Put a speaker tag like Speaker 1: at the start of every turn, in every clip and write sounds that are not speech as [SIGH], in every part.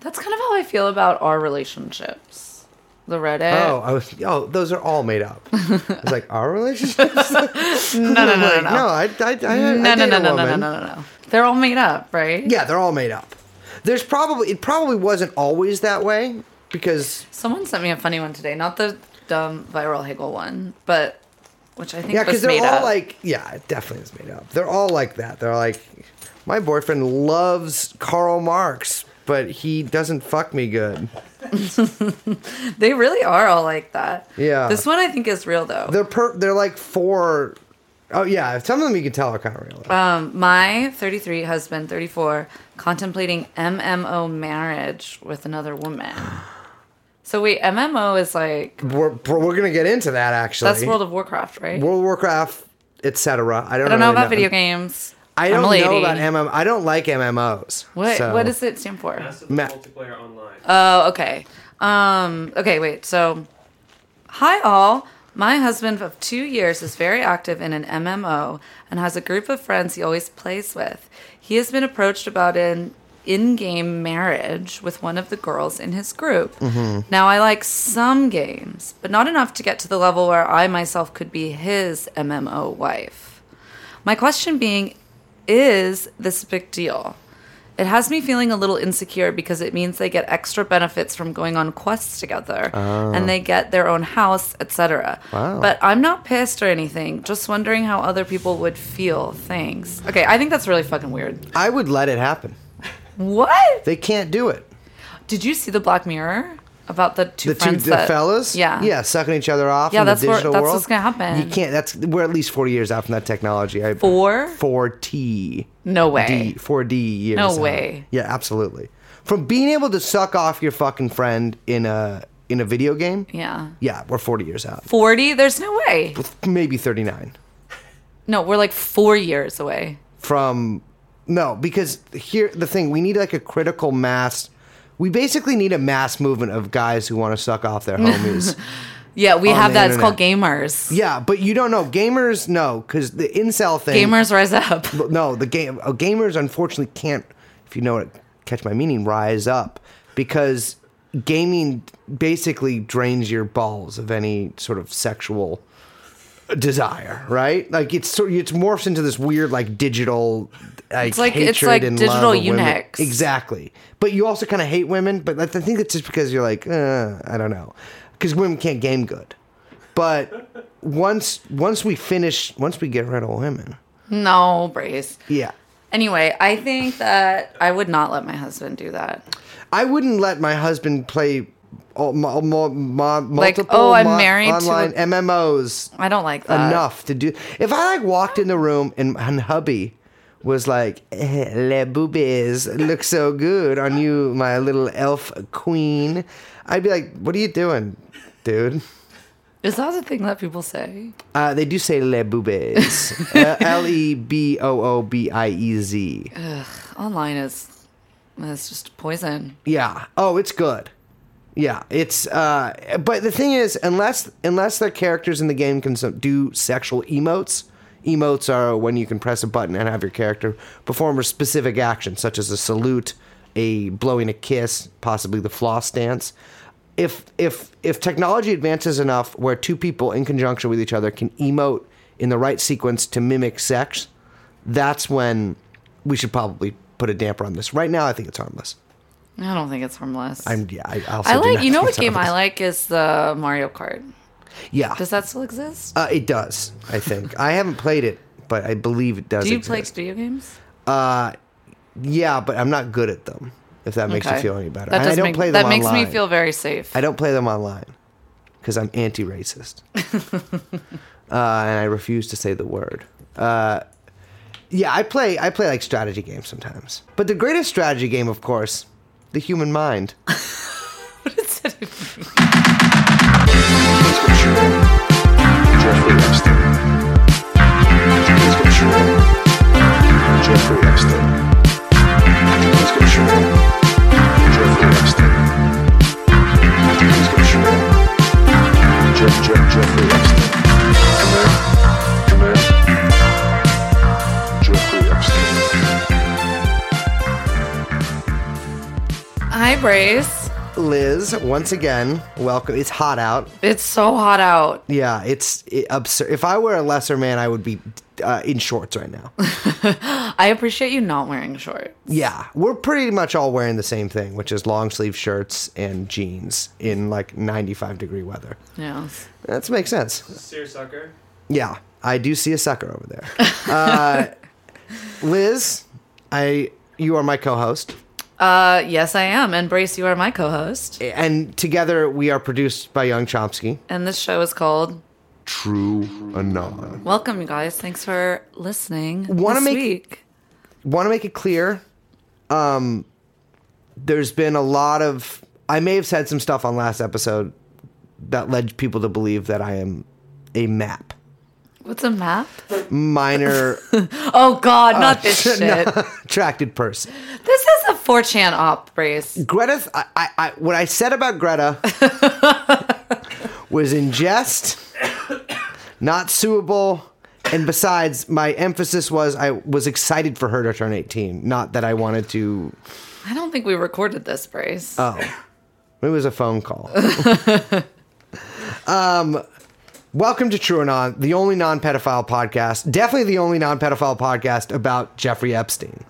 Speaker 1: That's kind of how I feel about our relationships. The Reddit.
Speaker 2: Oh, I was. Oh, those are all
Speaker 1: [LAUGHS]
Speaker 2: made up. It's like our relationships. no,
Speaker 1: no, no, no, no,
Speaker 2: no, I, I, I,
Speaker 1: no,
Speaker 2: I dated
Speaker 1: no, no,
Speaker 2: a
Speaker 1: no, no, no,
Speaker 2: woman.
Speaker 1: no, no. They're all made up, right?
Speaker 2: Yeah, they're all made up. There's probably it probably wasn't always that way because
Speaker 1: Someone sent me a funny one today, not the dumb viral Hegel one, but which I think
Speaker 2: yeah, because
Speaker 1: was
Speaker 2: they're
Speaker 1: made
Speaker 2: all
Speaker 1: up.
Speaker 2: like yeah, it definitely is made up. They're all like that. They're like my boyfriend loves Karl Marx, but he doesn't fuck me good.
Speaker 1: they really are all like that.
Speaker 2: Yeah.
Speaker 1: This one I think is real though.
Speaker 2: They're per, they're like four oh yeah, some of them you can tell are kind of real.
Speaker 1: Um, my 33 husband, 34, contemplating MMO marriage with another woman. So wait, MMO is like
Speaker 2: we're we're gonna get into that actually.
Speaker 1: that's World of Warcraft, right?
Speaker 2: World of Warcraft, etc. I don't.
Speaker 1: I don't know
Speaker 2: really
Speaker 1: about video games.
Speaker 2: I
Speaker 1: I'm
Speaker 2: don't
Speaker 1: a
Speaker 2: know
Speaker 1: lady.
Speaker 2: about MM. I don't like MMOs.
Speaker 1: What
Speaker 2: so-
Speaker 1: what does it stand for?
Speaker 3: Massive
Speaker 2: Ma-
Speaker 3: multiplayer online.
Speaker 1: Oh, okay. Um, okay, wait. So, hi all. My husband of two years is very active in an MMO and has a group of friends he always plays with. He has been approached about an in-game marriage with one of the girls in his group. Now, I like some games, but not enough to get to the level where I myself could be his MMO wife. My question being, is this a big deal? It has me feeling a little insecure because it means they get extra benefits from going on quests together and they get their own house, etc.
Speaker 2: Oh. Wow.
Speaker 1: But I'm not pissed or anything, just wondering how other people would feel. Thanks. Okay, I think that's really fucking weird.
Speaker 2: I would let it happen.
Speaker 1: What?
Speaker 2: They can't do it.
Speaker 1: Did you see the Black Mirror about the two
Speaker 2: The two
Speaker 1: friends
Speaker 2: the
Speaker 1: that-
Speaker 2: fellas,
Speaker 1: Yeah.
Speaker 2: yeah, sucking each other off.
Speaker 1: Yeah,
Speaker 2: in
Speaker 1: that's
Speaker 2: the
Speaker 1: where-
Speaker 2: digital
Speaker 1: that's
Speaker 2: world.
Speaker 1: what's gonna happen.
Speaker 2: You can't. That's we're at least forty years out from that technology. I,
Speaker 1: Four?
Speaker 2: four T,
Speaker 1: No way.
Speaker 2: D, four D years.
Speaker 1: No
Speaker 2: out.
Speaker 1: way.
Speaker 2: Yeah, absolutely. From being able to suck off your fucking friend in a in a video game.
Speaker 1: Yeah.
Speaker 2: Yeah, we're forty years out.
Speaker 1: 40? There's no way.
Speaker 2: Maybe thirty nine.
Speaker 1: No, we're like four years away.
Speaker 2: from no because here the thing we need like a critical mass we basically need a mass movement of guys who want to suck off their homies
Speaker 1: Yeah, we
Speaker 2: On
Speaker 1: have
Speaker 2: the
Speaker 1: that. It's called gamers.
Speaker 2: yeah but you don't know gamers no because the incel thing
Speaker 1: Gamers rise up. [LAUGHS]
Speaker 2: no the game uh, gamers unfortunately can't if you know what catch my meaning rise up because gaming basically drains your balls of any sort of sexual desire right like it's sort it's morphs into this weird like digital like,
Speaker 1: It's like- it's
Speaker 2: hatred
Speaker 1: like
Speaker 2: and
Speaker 1: digital
Speaker 2: love of women.
Speaker 1: eunuchs.
Speaker 2: exactly but you also kind of hate women but that's, i think it's just because you're like uh, i don't know because women can't game good but once once we finish once we get rid of women
Speaker 1: No, Brace.
Speaker 2: yeah
Speaker 1: Anyway, I think that I would not let my husband do that.
Speaker 2: I wouldn't let my husband play all, mo, mo, mo,
Speaker 1: Like,
Speaker 2: multiple
Speaker 1: oh, I'm
Speaker 2: mo-
Speaker 1: married to
Speaker 2: online
Speaker 1: a- Uh,
Speaker 2: MMOs
Speaker 1: I don't like that.
Speaker 2: enough to do. If I like walked in the room and, and hubby was like, eh, "Le boobies look so good on you, my little elf queen," I'd be like, "What are you doing, dude?"
Speaker 1: Is that the thing that people say?
Speaker 2: Uh, they do say
Speaker 1: [LAUGHS]
Speaker 2: "le boobies," Uh, L E B O O B I E Z.
Speaker 1: Online is it's just poison.
Speaker 2: Yeah. Oh, it's good. Yeah, it's. Uh, but the thing is, unless unless the characters in the game can so- do sexual emotes. Emotes are when you can press a button and have your character perform a specific action, such as a salute, a blowing a kiss, possibly the floss dance. If if if technology advances enough where two people in conjunction with each other can emote in the right sequence to mimic sex, that's when we should probably put a damper on this. Right now, I think it's harmless.
Speaker 1: I don't think it's harmless.
Speaker 2: I'm yeah. I, I also
Speaker 1: I
Speaker 2: do
Speaker 1: like
Speaker 2: not
Speaker 1: you know
Speaker 2: think
Speaker 1: what
Speaker 2: so.
Speaker 1: game I like is the Mario Kart.
Speaker 2: Yeah,
Speaker 1: Does that still exist?
Speaker 2: uh, it does. I think I haven't played it, but I believe it does.
Speaker 1: Do you play
Speaker 2: exist.
Speaker 1: video games?
Speaker 2: Yeah, but I'm not good at them. If that makes you feel any better,
Speaker 1: That
Speaker 2: And I
Speaker 1: does
Speaker 2: don't
Speaker 1: make,
Speaker 2: play them
Speaker 1: that makes
Speaker 2: online.
Speaker 1: me feel very safe.
Speaker 2: I don't play them online because I'm
Speaker 1: [LAUGHS]
Speaker 2: anti-racist, uh, and I refuse to say the word. Uh, yeah, I play. I play like strategy games sometimes. But the greatest strategy game, of course, the human
Speaker 1: [LAUGHS]
Speaker 2: mind.
Speaker 4: That's what you want. Jeffrey Epstein. That's what you want. Jeffrey Epstein. That's what you want. Jeffrey Epstein. That's what you want. Jeff, Jeff, Jeffrey Epstein. Come here. Come here. Jeffrey Epstein.
Speaker 1: Hi, Brace.
Speaker 2: Liz, once again, welcome. It's hot out.
Speaker 1: It's so hot out.
Speaker 2: Yeah, it's it, absurd. If I were a lesser man, I would be uh, in shorts right now.
Speaker 1: I appreciate you not wearing shorts.
Speaker 2: yeah, we're pretty much all wearing the same thing, which is long sleeve shirts and jeans in like 95 degree weather.
Speaker 1: Yeah.
Speaker 2: That makes sense.
Speaker 3: Seersucker.
Speaker 2: Yeah, I do see a sucker over there. Uh, Liz, I you are my co-host,
Speaker 1: Uh, yes, I am. And Brace, you are my co-host.
Speaker 2: and together we are produced by Young Chomsky.
Speaker 1: And this show is called
Speaker 4: True Anon.
Speaker 1: Welcome, you guys. Thanks for listening.
Speaker 2: Wanna
Speaker 1: this
Speaker 2: make-
Speaker 1: week.
Speaker 2: want to make it clear um there's been a lot of i may have said some stuff on last episode that led people to believe that i am a map
Speaker 1: What's a map?
Speaker 2: minor
Speaker 1: Oh God,
Speaker 2: Uh,
Speaker 1: not
Speaker 2: [LAUGHS]
Speaker 1: this shit.
Speaker 2: attracted person
Speaker 1: This is a 4chan op, Brace.
Speaker 2: greta I, I, I what i said about greta was in jest not suable and besides my emphasis was i was excited for her to turn 18 not that i wanted to
Speaker 1: I don't think we recorded this, Brace.
Speaker 2: Oh. It was a phone [LAUGHS] call. um, welcome to True Anon, the only non-pedophile podcast, definitely the only non-pedophile podcast about Jeffrey Epstein.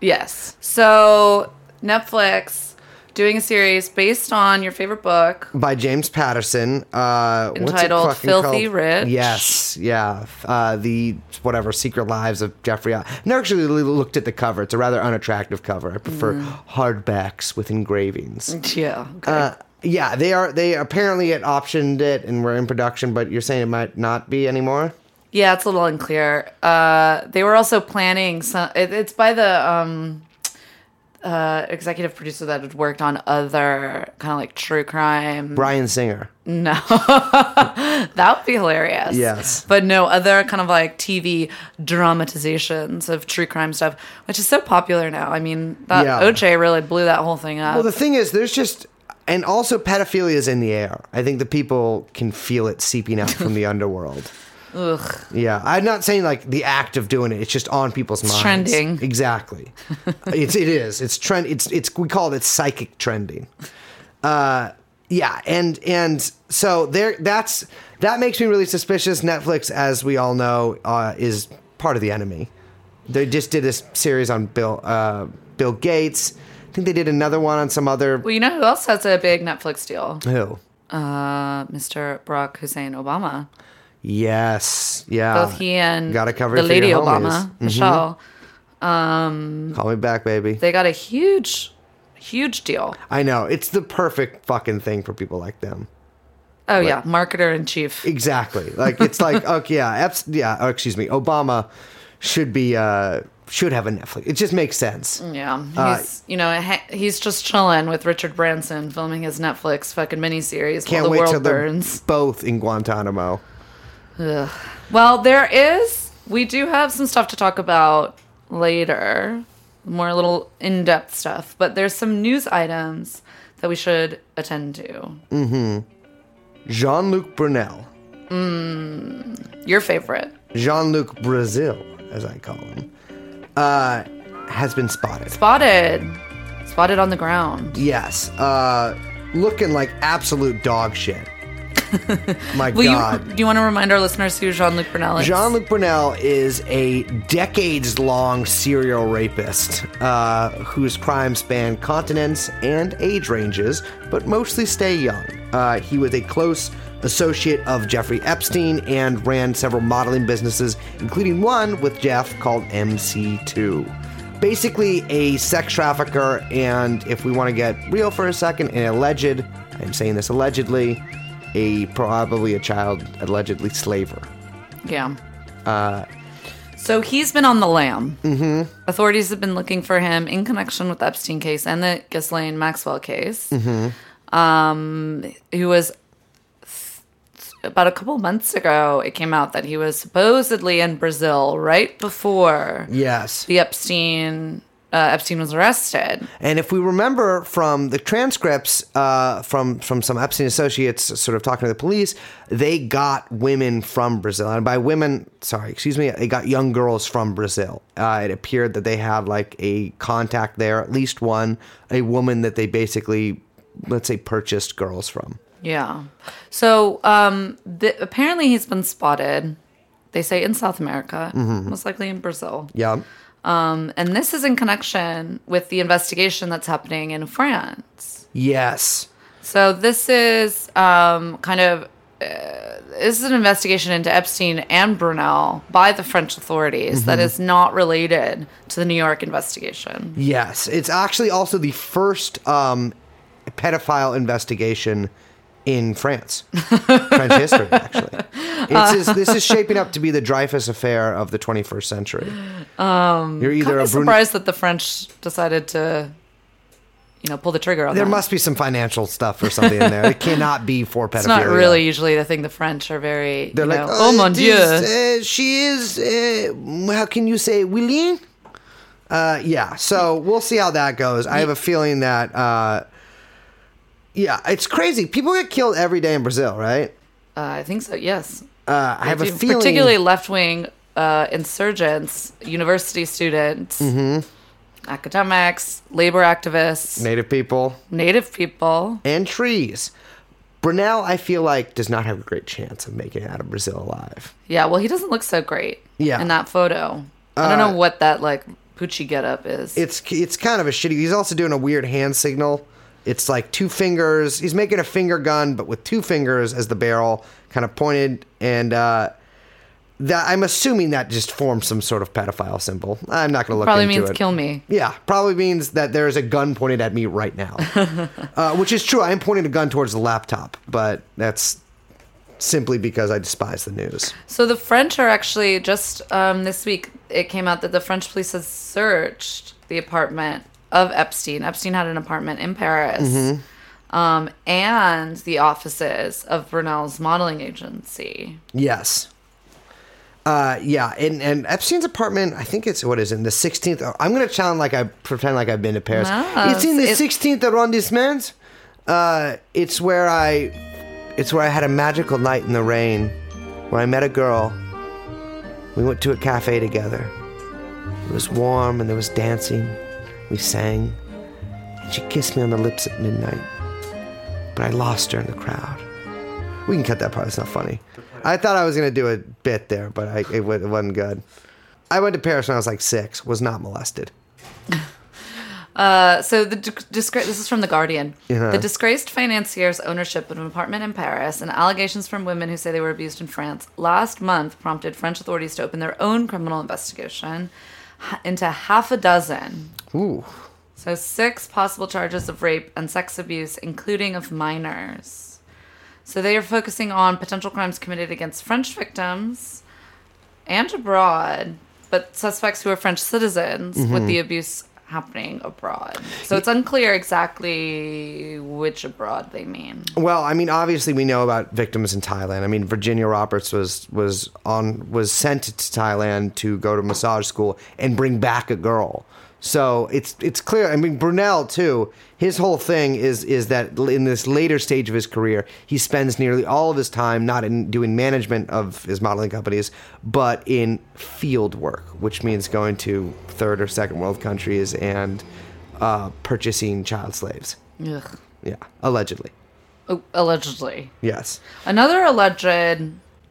Speaker 1: yes. So Netflix doing a series based on your favorite book.
Speaker 2: by James Patterson. Uh, what's it
Speaker 1: Entitled
Speaker 2: fucking
Speaker 1: Filthy
Speaker 2: called?
Speaker 1: Rich.
Speaker 2: Yes, yeah. Uh, the whatever Secret Lives of Jeffrey. uh, I never actually really looked at the cover. It's a rather unattractive cover. I prefer
Speaker 1: Mm.
Speaker 2: hardbacks with engravings.
Speaker 1: Yeah. Okay.
Speaker 2: Uh, yeah, they are. They apparently had optioned it and were in production, but you're saying it might not be anymore.
Speaker 1: Yeah, it's a little unclear. Uh, they were also planning some. It, it's by the um, uh, executive producer that had worked on other kind of like true crime.
Speaker 2: Brian Singer.
Speaker 1: [LAUGHS] That would be hilarious.
Speaker 2: Yes.
Speaker 1: but no other kind of like TV dramatizations of true crime stuff, which is so popular now. I mean, that
Speaker 2: Yeah.
Speaker 1: OJ really blew that whole thing up.
Speaker 2: Well, the thing is, there's just, and also pedophilia is in the air. I think the people can feel it seeping out from [LAUGHS] the underworld.
Speaker 1: Ugh.
Speaker 2: Yeah, I'm not saying like the act of doing it. It's just on people's minds.
Speaker 1: trending. [LAUGHS]
Speaker 2: Exactly. it's it is. It's trend. It's it's we call it psychic trending. Uh, yeah, and and so there. That's that makes me really suspicious. Netflix, as we all know, uh, is part of the enemy. They just did this series on Bill uh, Bill Gates. I think they did another one on some other
Speaker 1: Well, you know who else has a big Netflix deal?
Speaker 2: who.
Speaker 1: Uh, Mr. Barack Hussein Obama.
Speaker 2: Yes. Yeah.
Speaker 1: Both he and
Speaker 2: Uh, gotta cover
Speaker 1: the
Speaker 2: it for
Speaker 1: lady
Speaker 2: your
Speaker 1: Obama,
Speaker 2: homies. Mm-hmm.
Speaker 1: Michelle.
Speaker 2: Call me back, baby.
Speaker 1: They got a huge, huge deal.
Speaker 2: I know. It's the perfect fucking thing for people like them.
Speaker 1: Oh yeah, marketer in chief.
Speaker 2: Exactly. Like it's like
Speaker 1: [LAUGHS]
Speaker 2: okay, yeah, Eps- yeah. Oh, excuse me. Obama should be uh should have a Netflix. It just makes sense.
Speaker 1: Yeah, he's you know ha- he's just chilling with Richard Branson filming his Netflix fucking miniseries while
Speaker 2: Can't
Speaker 1: the
Speaker 2: wait till
Speaker 1: world
Speaker 2: they're
Speaker 1: burns.
Speaker 2: both in Guantanamo.
Speaker 1: Ugh. Well, there is. We do have some stuff to talk about later, more little in-depth stuff. But there's some news items that we should attend to.
Speaker 2: Jean Luc Brunel,
Speaker 1: Your favorite.
Speaker 2: Jean Luc Brazil, as I call him, uh, has been spotted.
Speaker 1: Spotted. Spotted on the ground.
Speaker 2: Yes, uh, looking like absolute
Speaker 1: [LAUGHS]
Speaker 2: dog shit. My
Speaker 1: Will
Speaker 2: God.
Speaker 1: you, do you want to remind our listeners who Jean Luc Brunel is?
Speaker 2: Jean Luc Brunel is a decades long serial rapist uh, whose crimes span continents and age ranges, but mostly stay young. Uh, he was a close associate of Jeffrey Epstein and ran several modeling businesses, including one with Jeff called MC2. Basically, a sex trafficker, and if we want to get real for a second, an alleged, I'm saying this allegedly, a probably a child allegedly slaver.
Speaker 1: Yeah. so he's been on the lam. Uh, Mm-hmm. Authorities have been looking for him in connection with the Epstein case and the Ghislaine Maxwell case. Mm-hmm. Um, he was about a couple months ago. It came out that he was supposedly in Brazil right before
Speaker 2: Yes.
Speaker 1: the Epstein. uh, Epstein was arrested.
Speaker 2: And if we remember from the transcripts uh, from from some Epstein associates, sort of talking to the police, they got women from Brazil, and by women, sorry, excuse me, they got young girls from Brazil. Uh, it appeared that they had like a contact there, at least one, a woman that they basically, let's say, purchased girls from.
Speaker 1: Yeah. So um, the, apparently he's been spotted. They say in South America, most likely in Brazil.
Speaker 2: Yeah,
Speaker 1: Um, and this is in connection with the investigation that's happening in France.
Speaker 2: yes,
Speaker 1: So this is um, kind of uh, this is an investigation into Epstein and Brunel by the French authorities that
Speaker 2: Mm-hmm.
Speaker 1: is not related to the New York investigation.
Speaker 2: yes. It's actually also the first um, pedophile investigation in
Speaker 1: [LAUGHS]
Speaker 2: France, French history. Actually, it's, is this is shaping up to be the Dreyfus affair of the 21st century. Um, You're
Speaker 1: Kind
Speaker 2: either a
Speaker 1: of
Speaker 2: Brun-
Speaker 1: surprised that the French decided to, you know, pull the trigger on
Speaker 2: There
Speaker 1: that.
Speaker 2: must be some financial stuff or something in there. It cannot be for pedophilia.
Speaker 1: it's not really usually the thing the French are very,
Speaker 2: They're
Speaker 1: you
Speaker 2: like,
Speaker 1: know, oh, mon
Speaker 2: it
Speaker 1: dieu.
Speaker 2: is, uh, she is. Uh, how can you say willing? Uh, yeah. So we'll see how that goes. I have a feeling that. Uh, yeah, it's crazy. People get killed every day in Brazil, right?
Speaker 1: Uh, I think so, yes.
Speaker 2: Uh, I have a
Speaker 1: Do-
Speaker 2: feeling.
Speaker 1: Particularly left wing uh, insurgents, university students,
Speaker 2: Mm-hmm.
Speaker 1: academics, labor activists,
Speaker 2: Native people
Speaker 1: native people.
Speaker 2: and trees. Brunel, I feel like, does not have a great chance of making it out of Brazil alive.
Speaker 1: Yeah, well, he doesn't look so great.
Speaker 2: Yeah.
Speaker 1: In that photo, I don't
Speaker 2: Uh,
Speaker 1: know what that like Poochie getup is.
Speaker 2: it's it's kind of a shitty. He's also doing a weird hand signal. It's like two fingers. He's making a finger gun, but with two fingers as the barrel, kind of pointed. And uh, that I'm assuming that just forms some sort of pedophile symbol. I'm not going to look
Speaker 1: Probably
Speaker 2: into
Speaker 1: means
Speaker 2: it.
Speaker 1: kill me.
Speaker 2: Yeah, probably means that there is a gun pointed at me right
Speaker 1: [LAUGHS]
Speaker 2: now, uh, which is true. I am pointing a gun towards the laptop, but that's simply because I despise the news.
Speaker 1: So the French are actually just um, this week. It came out that the French police has searched the apartment of Epstein. Epstein had an apartment in Paris, um, and the offices of Brunel's modeling agency.
Speaker 2: Yes. Uh, yeah, and, and Epstein's apartment, I think it's what is it, in the 16th. oh, I'm gonna sound like I pretend like I've been to Paris.
Speaker 1: No,
Speaker 2: it's in the
Speaker 1: it's-
Speaker 2: 16th arrondissement. Uh, it's where I, it's where I had a magical night in the rain, where I met a girl. We went to a cafe together. It was warm and there was dancing. We sang, and she kissed me on the lips at midnight. But I lost her in the crowd. We can cut that part. It's not funny. I thought I was gonna do a bit there, but I, it, wa- it wasn't good. I went to Paris when I was like six. Was not molested.
Speaker 1: Uh, so the disgra- this is from the Guardian.
Speaker 2: Yeah.
Speaker 1: The disgraced financier's ownership of an apartment in Paris and allegations from women who say they were abused in France last month prompted French authorities to open their own criminal investigation h- into half a dozen.
Speaker 2: Ooh.
Speaker 1: So six possible charges of rape and sex abuse, including of minors. So they are focusing on potential crimes committed against French victims and abroad, but suspects who are French citizens with the abuse happening abroad. So it's unclear exactly which abroad they mean.
Speaker 2: Well, I mean, obviously we know about victims in Thailand. I mean, Virginia Roberts was was on was sent to Thailand to go to massage school and bring back a girl. So it's it's clear. I mean, Brunel too. His whole thing is is that in this later stage of his career, he spends nearly all of his time not in doing management of his modeling companies, but in field work, which means going to third or second world countries and uh, purchasing child slaves.
Speaker 1: Ugh.
Speaker 2: Yeah, allegedly.
Speaker 1: Oh, allegedly.
Speaker 2: Yes.
Speaker 1: Another alleged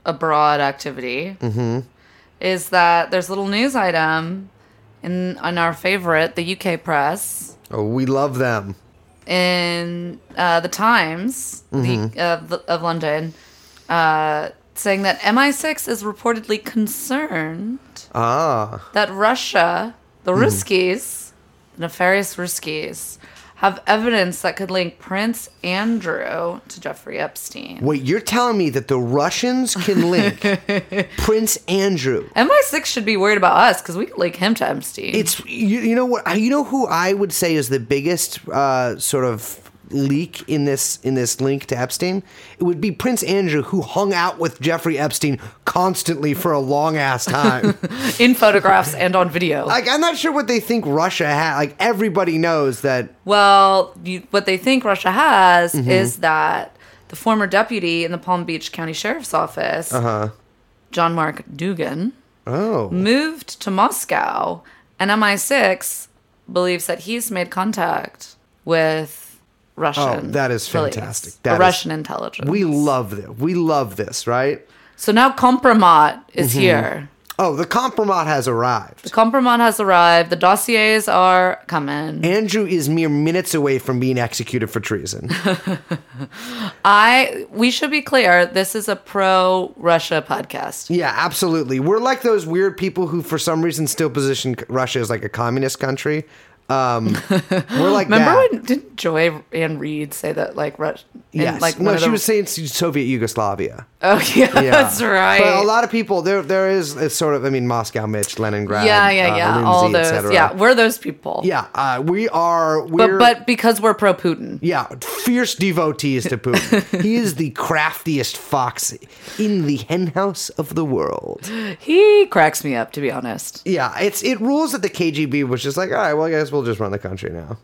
Speaker 1: abroad activity is that there's a little news item in on our favorite, the UK press,
Speaker 2: Oh, we love them.
Speaker 1: in uh, the Times the, of, the- of London, uh, saying that MI6 is reportedly concerned
Speaker 2: Ah,
Speaker 1: that Russia, the Ruskies, the nefarious Ruskies, have evidence that could link Prince Andrew to Jeffrey Epstein.
Speaker 2: wait, you're telling me that the Russians can link Prince Andrew?
Speaker 1: MI6 should be worried about us because we could link him to Epstein.
Speaker 2: It's you, you know what you know who I would say is the biggest uh, sort of leak in this in this link to Epstein, it would be Prince Andrew who hung out with Jeffrey Epstein constantly for a long ass time.
Speaker 1: [LAUGHS] in photographs and on video.
Speaker 2: like I'm not sure what they think Russia had. Like everybody knows that
Speaker 1: Well, you, what they think Russia has
Speaker 2: Mm-hmm.
Speaker 1: is that the former deputy in the Palm Beach County Sheriff's Office,
Speaker 2: Uh-huh.
Speaker 1: John Mark Dugan,
Speaker 2: oh
Speaker 1: moved to Moscow, and MI6 believes that he's made contact with Russian.
Speaker 2: Oh, that is
Speaker 1: affiliates,
Speaker 2: fantastic.
Speaker 1: or
Speaker 2: That is-
Speaker 1: Russian intelligence.
Speaker 2: we love this. We love this, right?
Speaker 1: so now Kompromat is
Speaker 2: Mm-hmm.
Speaker 1: here.
Speaker 2: Oh, the compromise has arrived.
Speaker 1: Kompromat has arrived. The dossiers are coming.
Speaker 2: Andrew is mere minutes away from being executed
Speaker 1: [LAUGHS]
Speaker 2: for treason.
Speaker 1: I we should be clear. This is a pro Russia podcast.
Speaker 2: Yeah, absolutely. We're like those weird people who, for some reason, still position Russia as like a communist country.
Speaker 1: [LAUGHS]
Speaker 2: Um, we're like
Speaker 1: Remember
Speaker 2: that.
Speaker 1: when didn't Joy Ann Reed say that like Rush? and,
Speaker 2: Yes.
Speaker 1: like one
Speaker 2: no,
Speaker 1: of
Speaker 2: she
Speaker 1: the- [LAUGHS]
Speaker 2: was saying Soviet Yugoslavia.
Speaker 1: Oh yeah,
Speaker 2: Yeah.
Speaker 1: that's right.
Speaker 2: But a lot of people there. There is it's sort of. I mean, Moscow, Mitch, Leningrad.
Speaker 1: yeah, yeah,
Speaker 2: uh,
Speaker 1: yeah.
Speaker 2: Lindsay,
Speaker 1: All
Speaker 2: et
Speaker 1: those.
Speaker 2: cetera.
Speaker 1: Yeah, we're those people.
Speaker 2: Yeah, uh, we are.
Speaker 1: but
Speaker 2: We're,
Speaker 1: but because we're pro Putin.
Speaker 2: yeah, fierce devotees
Speaker 1: [LAUGHS]
Speaker 2: to Putin. he is the craftiest fox in the henhouse of the world.
Speaker 1: He cracks me up to be honest.
Speaker 2: Yeah, it's it rules that the KGB was just like, all right, well, I guess we'll just run the country now.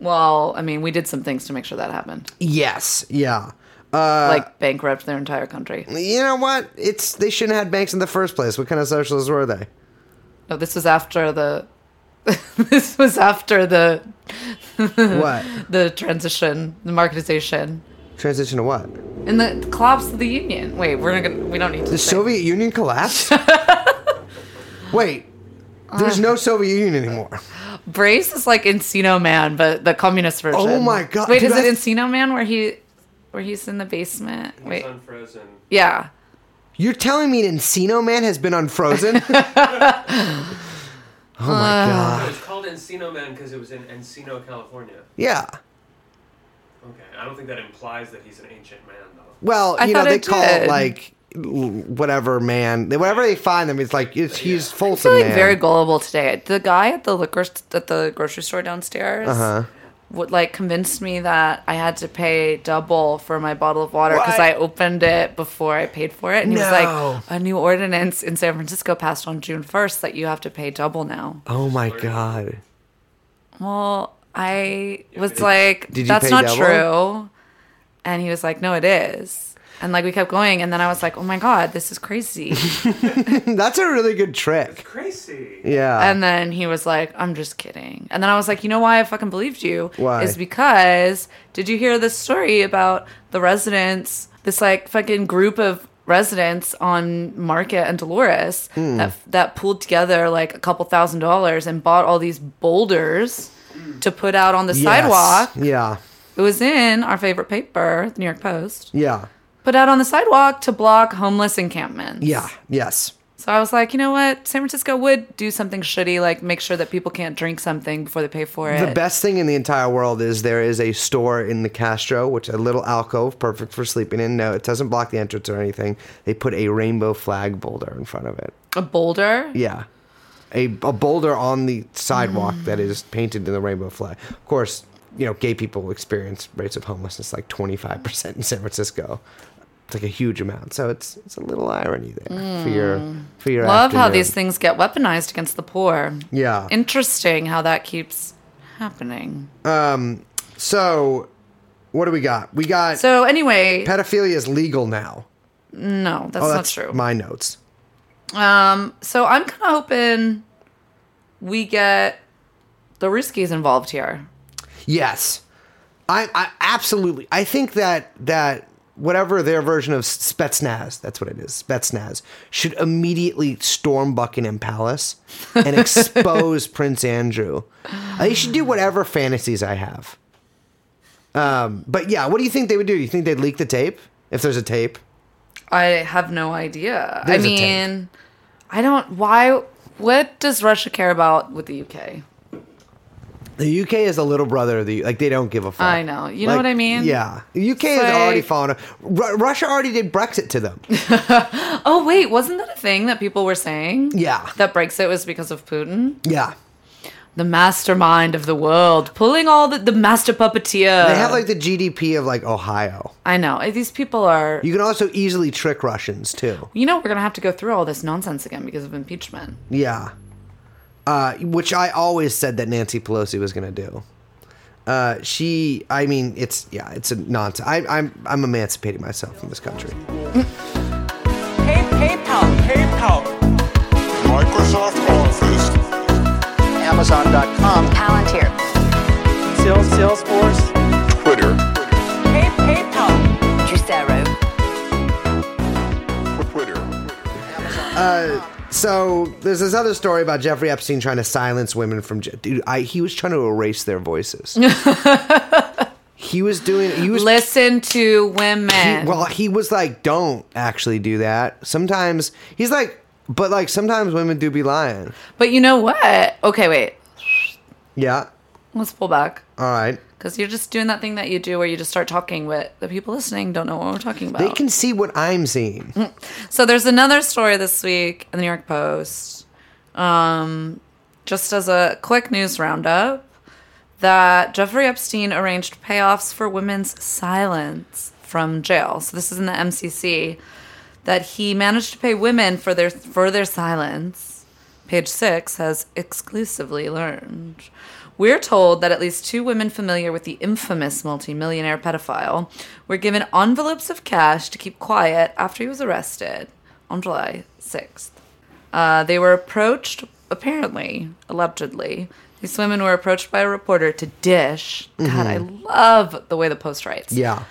Speaker 1: Well, I mean, we did some things to make sure that happened,
Speaker 2: Yes. Yeah. Uh,
Speaker 1: like bankrupt their entire country.
Speaker 2: you know what? It's they shouldn't have had banks in the first place. What kind of socialists
Speaker 1: [LAUGHS]
Speaker 2: were they?
Speaker 1: No, this was after the. [LAUGHS] this was after the
Speaker 2: what
Speaker 1: the transition, the marketization,
Speaker 2: transition to what?
Speaker 1: and the collapse of the union. Wait, we're not gonna. We don't need to.
Speaker 2: The
Speaker 1: say-
Speaker 2: Soviet Union
Speaker 1: [LAUGHS]
Speaker 2: collapsed. Wait, there's no Soviet Union anymore.
Speaker 1: Brace is like Encino Man, but the communist version.
Speaker 2: Oh my God,
Speaker 1: Wait,
Speaker 2: dude,
Speaker 1: is
Speaker 2: I-
Speaker 1: it Encino Man where he, where he's in the basement? Wait,
Speaker 3: It's unfrozen.
Speaker 1: yeah.
Speaker 2: You're telling me Encino Man has been
Speaker 1: [LAUGHS]
Speaker 2: unfrozen? oh my
Speaker 3: It
Speaker 1: Uh,
Speaker 2: god.
Speaker 3: was called Encino Man because it was in Encino, California.
Speaker 2: Yeah.
Speaker 3: Okay, I don't think that implies that he's an ancient man, though.
Speaker 2: Well,
Speaker 1: I
Speaker 2: you know
Speaker 1: thought
Speaker 2: they
Speaker 1: it
Speaker 2: call it
Speaker 1: did.
Speaker 2: like l- whatever man. They- Whatever they find them, it's like it's, he's Folsom
Speaker 1: I'm feeling
Speaker 2: man.
Speaker 1: very gullible today. The guy at the liquor st- at the grocery store downstairs
Speaker 2: Uh-huh.
Speaker 1: would like convinced me that I had to pay double for my bottle of water because
Speaker 2: What?
Speaker 1: I opened it before I paid for it, and he was
Speaker 2: No.
Speaker 1: like, "A new ordinance in San Francisco passed on June 1st that you have to pay double now."
Speaker 2: oh my god.
Speaker 1: Well, I was
Speaker 3: did-
Speaker 1: like,
Speaker 2: Did you
Speaker 1: that's
Speaker 2: pay
Speaker 1: not
Speaker 2: double?
Speaker 1: true. And he was like, no, it is. And like we kept going, and then I was like, oh my god, this is crazy.
Speaker 2: [LAUGHS] [LAUGHS] That's a really good trick.
Speaker 3: Crazy.
Speaker 2: Yeah.
Speaker 1: and then he was like, I'm just kidding. And then I was like, you know why I fucking believed you?
Speaker 2: Why?
Speaker 1: Is because did you hear this story about the residents, this like fucking group of residents on Market and Dolores
Speaker 2: Hmm.
Speaker 1: that that pooled together like a couple thousand dollars and bought all these boulders to put out on the
Speaker 2: Yes.
Speaker 1: sidewalk
Speaker 2: Yeah.
Speaker 1: It was in our favorite paper, the New York Post,
Speaker 2: Yeah.
Speaker 1: put out on the sidewalk to block homeless encampments.
Speaker 2: Yeah. Yes.
Speaker 1: So I was like, you know what? San Francisco would do something shitty, like make sure that people can't drink something before they pay for it.
Speaker 2: The best thing in the entire world is there is a store in the Castro, which a little alcove, perfect for sleeping in. No, it doesn't block the entrance or anything. They put a rainbow flag boulder in front of it.
Speaker 1: A boulder.
Speaker 2: Yeah. A, a boulder on the sidewalk
Speaker 1: Mm.
Speaker 2: that is painted in the rainbow flag. Of course, you know, gay people experience rates of homelessness like 25% in San Francisco. It's like a huge amount. So it's it's a little irony there for your for your
Speaker 1: Mm. Love how
Speaker 2: afternoon.
Speaker 1: these things get weaponized against the poor.
Speaker 2: Yeah.
Speaker 1: Interesting how that keeps happening.
Speaker 2: so what do we got? We got
Speaker 1: So anyway,
Speaker 2: pedophilia is legal now.
Speaker 1: no, that's,
Speaker 2: Oh,
Speaker 1: not
Speaker 2: that's
Speaker 1: true.
Speaker 2: My notes.
Speaker 1: so I'm kind of hoping we get the Ruskies involved here.
Speaker 2: Yes, I, I absolutely. I think that that whatever their version of Spetsnaz, that's what it is. Spetsnaz should immediately storm Buckingham Palace
Speaker 1: [LAUGHS]
Speaker 2: and expose Prince Andrew. Uh, They should do whatever fantasies I have. Um, but yeah, what do you think they would do? Do you think they'd leak the tape if there's a tape?
Speaker 1: I have no idea.
Speaker 2: There's
Speaker 1: I
Speaker 2: a tape.
Speaker 1: mean, I don't. Why? What does Russia care about with the UK?
Speaker 2: The UK is the little brother of the like they don't give a fuck.
Speaker 1: I know. You know what I mean?
Speaker 2: Yeah, the UK is
Speaker 1: like-
Speaker 2: already falling. Ru- Russia already did Brexit to them.
Speaker 1: Oh wait, wasn't that a thing that people were saying?
Speaker 2: Yeah.
Speaker 1: That Brexit was because of Putin.
Speaker 2: yeah,
Speaker 1: the mastermind of the world, pulling all the the master puppeteer.
Speaker 2: They have like the GDP of like Ohio.
Speaker 1: I know eh, these people are.
Speaker 2: You can also easily trick Russians too.
Speaker 1: You know we're gonna have to go through all this nonsense again because of impeachment.
Speaker 2: Yeah. Uh, which I always said that Nancy Pelosi was going to do. Uh, she, I mean, it's yeah, it's a nonsense. I, I'm I'm emancipating myself from this country.
Speaker 5: Hey, PayPal, PayPal.
Speaker 6: Microsoft Office. Amazon.com.
Speaker 7: Palantir.
Speaker 5: Sales, Salesforce.
Speaker 6: Twitter.
Speaker 5: Hey, PayPal.
Speaker 7: Juicero.
Speaker 6: Twitter.
Speaker 2: So there's this other story about Jeffrey Epstein trying to silence women from. j- Dude, I he was trying to erase their voices. he was doing. He was
Speaker 1: Listen to women.
Speaker 2: He- well, he was like, "Don't actually do that." Sometimes he's like, "But like sometimes women do be lying."
Speaker 1: but you know what? Okay, wait.
Speaker 2: Yeah.
Speaker 1: Let's pull back.
Speaker 2: All right.
Speaker 1: Because you're just doing that thing that you do where you just start talking, but the people listening don't know what we're talking about.
Speaker 2: They can see what I'm seeing.
Speaker 1: So there's another story this week in the New York Post. Um, just as a quick news roundup, that Jeffrey Epstein arranged payoffs for women's silence from jail. So this is in the MCC that he managed to pay women for their for their silence. Page six has exclusively learned. We're told that at least two women familiar with the infamous multimillionaire pedophile were given envelopes of cash to keep quiet after he was arrested on July 6th. Uh, they were approached, apparently, allegedly. These women were approached by a reporter to dish. God, I love the way the Post writes
Speaker 2: Yeah.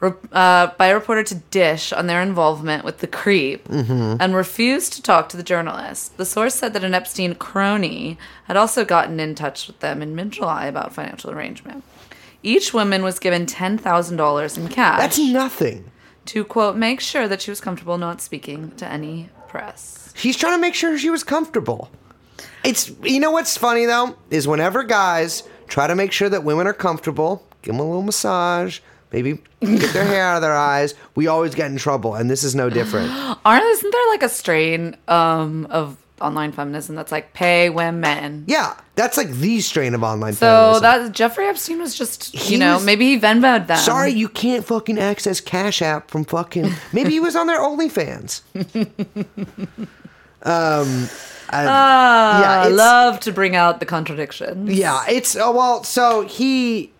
Speaker 1: re- uh, by a reporter to Dish on their involvement with the creep
Speaker 2: Mm-hmm.
Speaker 1: and refused to talk to the journalist. The source said that an Epstein crony had also gotten in touch with them in mid July about financial arrangement. Each woman was given $10,000 in cash
Speaker 2: That's nothing.
Speaker 1: to, quote, make sure that she was comfortable not speaking to any press.
Speaker 2: He's trying to make sure she was comfortable. It's you know what's funny though is whenever guys try to make sure that women are comfortable, give them a little massage, maybe get their hair out of their eyes, we always get in trouble, and this is no different.
Speaker 1: Aren't, isn't there like a strain um, of online feminism that's like, pay women?
Speaker 2: Yeah, that's like the strain of online.
Speaker 1: So
Speaker 2: feminism.
Speaker 1: that Jeffrey Epstein was just, you
Speaker 2: He
Speaker 1: know,
Speaker 2: was-
Speaker 1: maybe he Venmoed them.
Speaker 2: Sorry, you can't fucking access Cash App from fucking. Maybe he was on
Speaker 1: [LAUGHS]
Speaker 2: their OnlyFans. um, I- yeah,
Speaker 1: I Ah,
Speaker 2: it's-
Speaker 1: love to bring out the contradictions.
Speaker 2: Yeah, it's oh, well. So he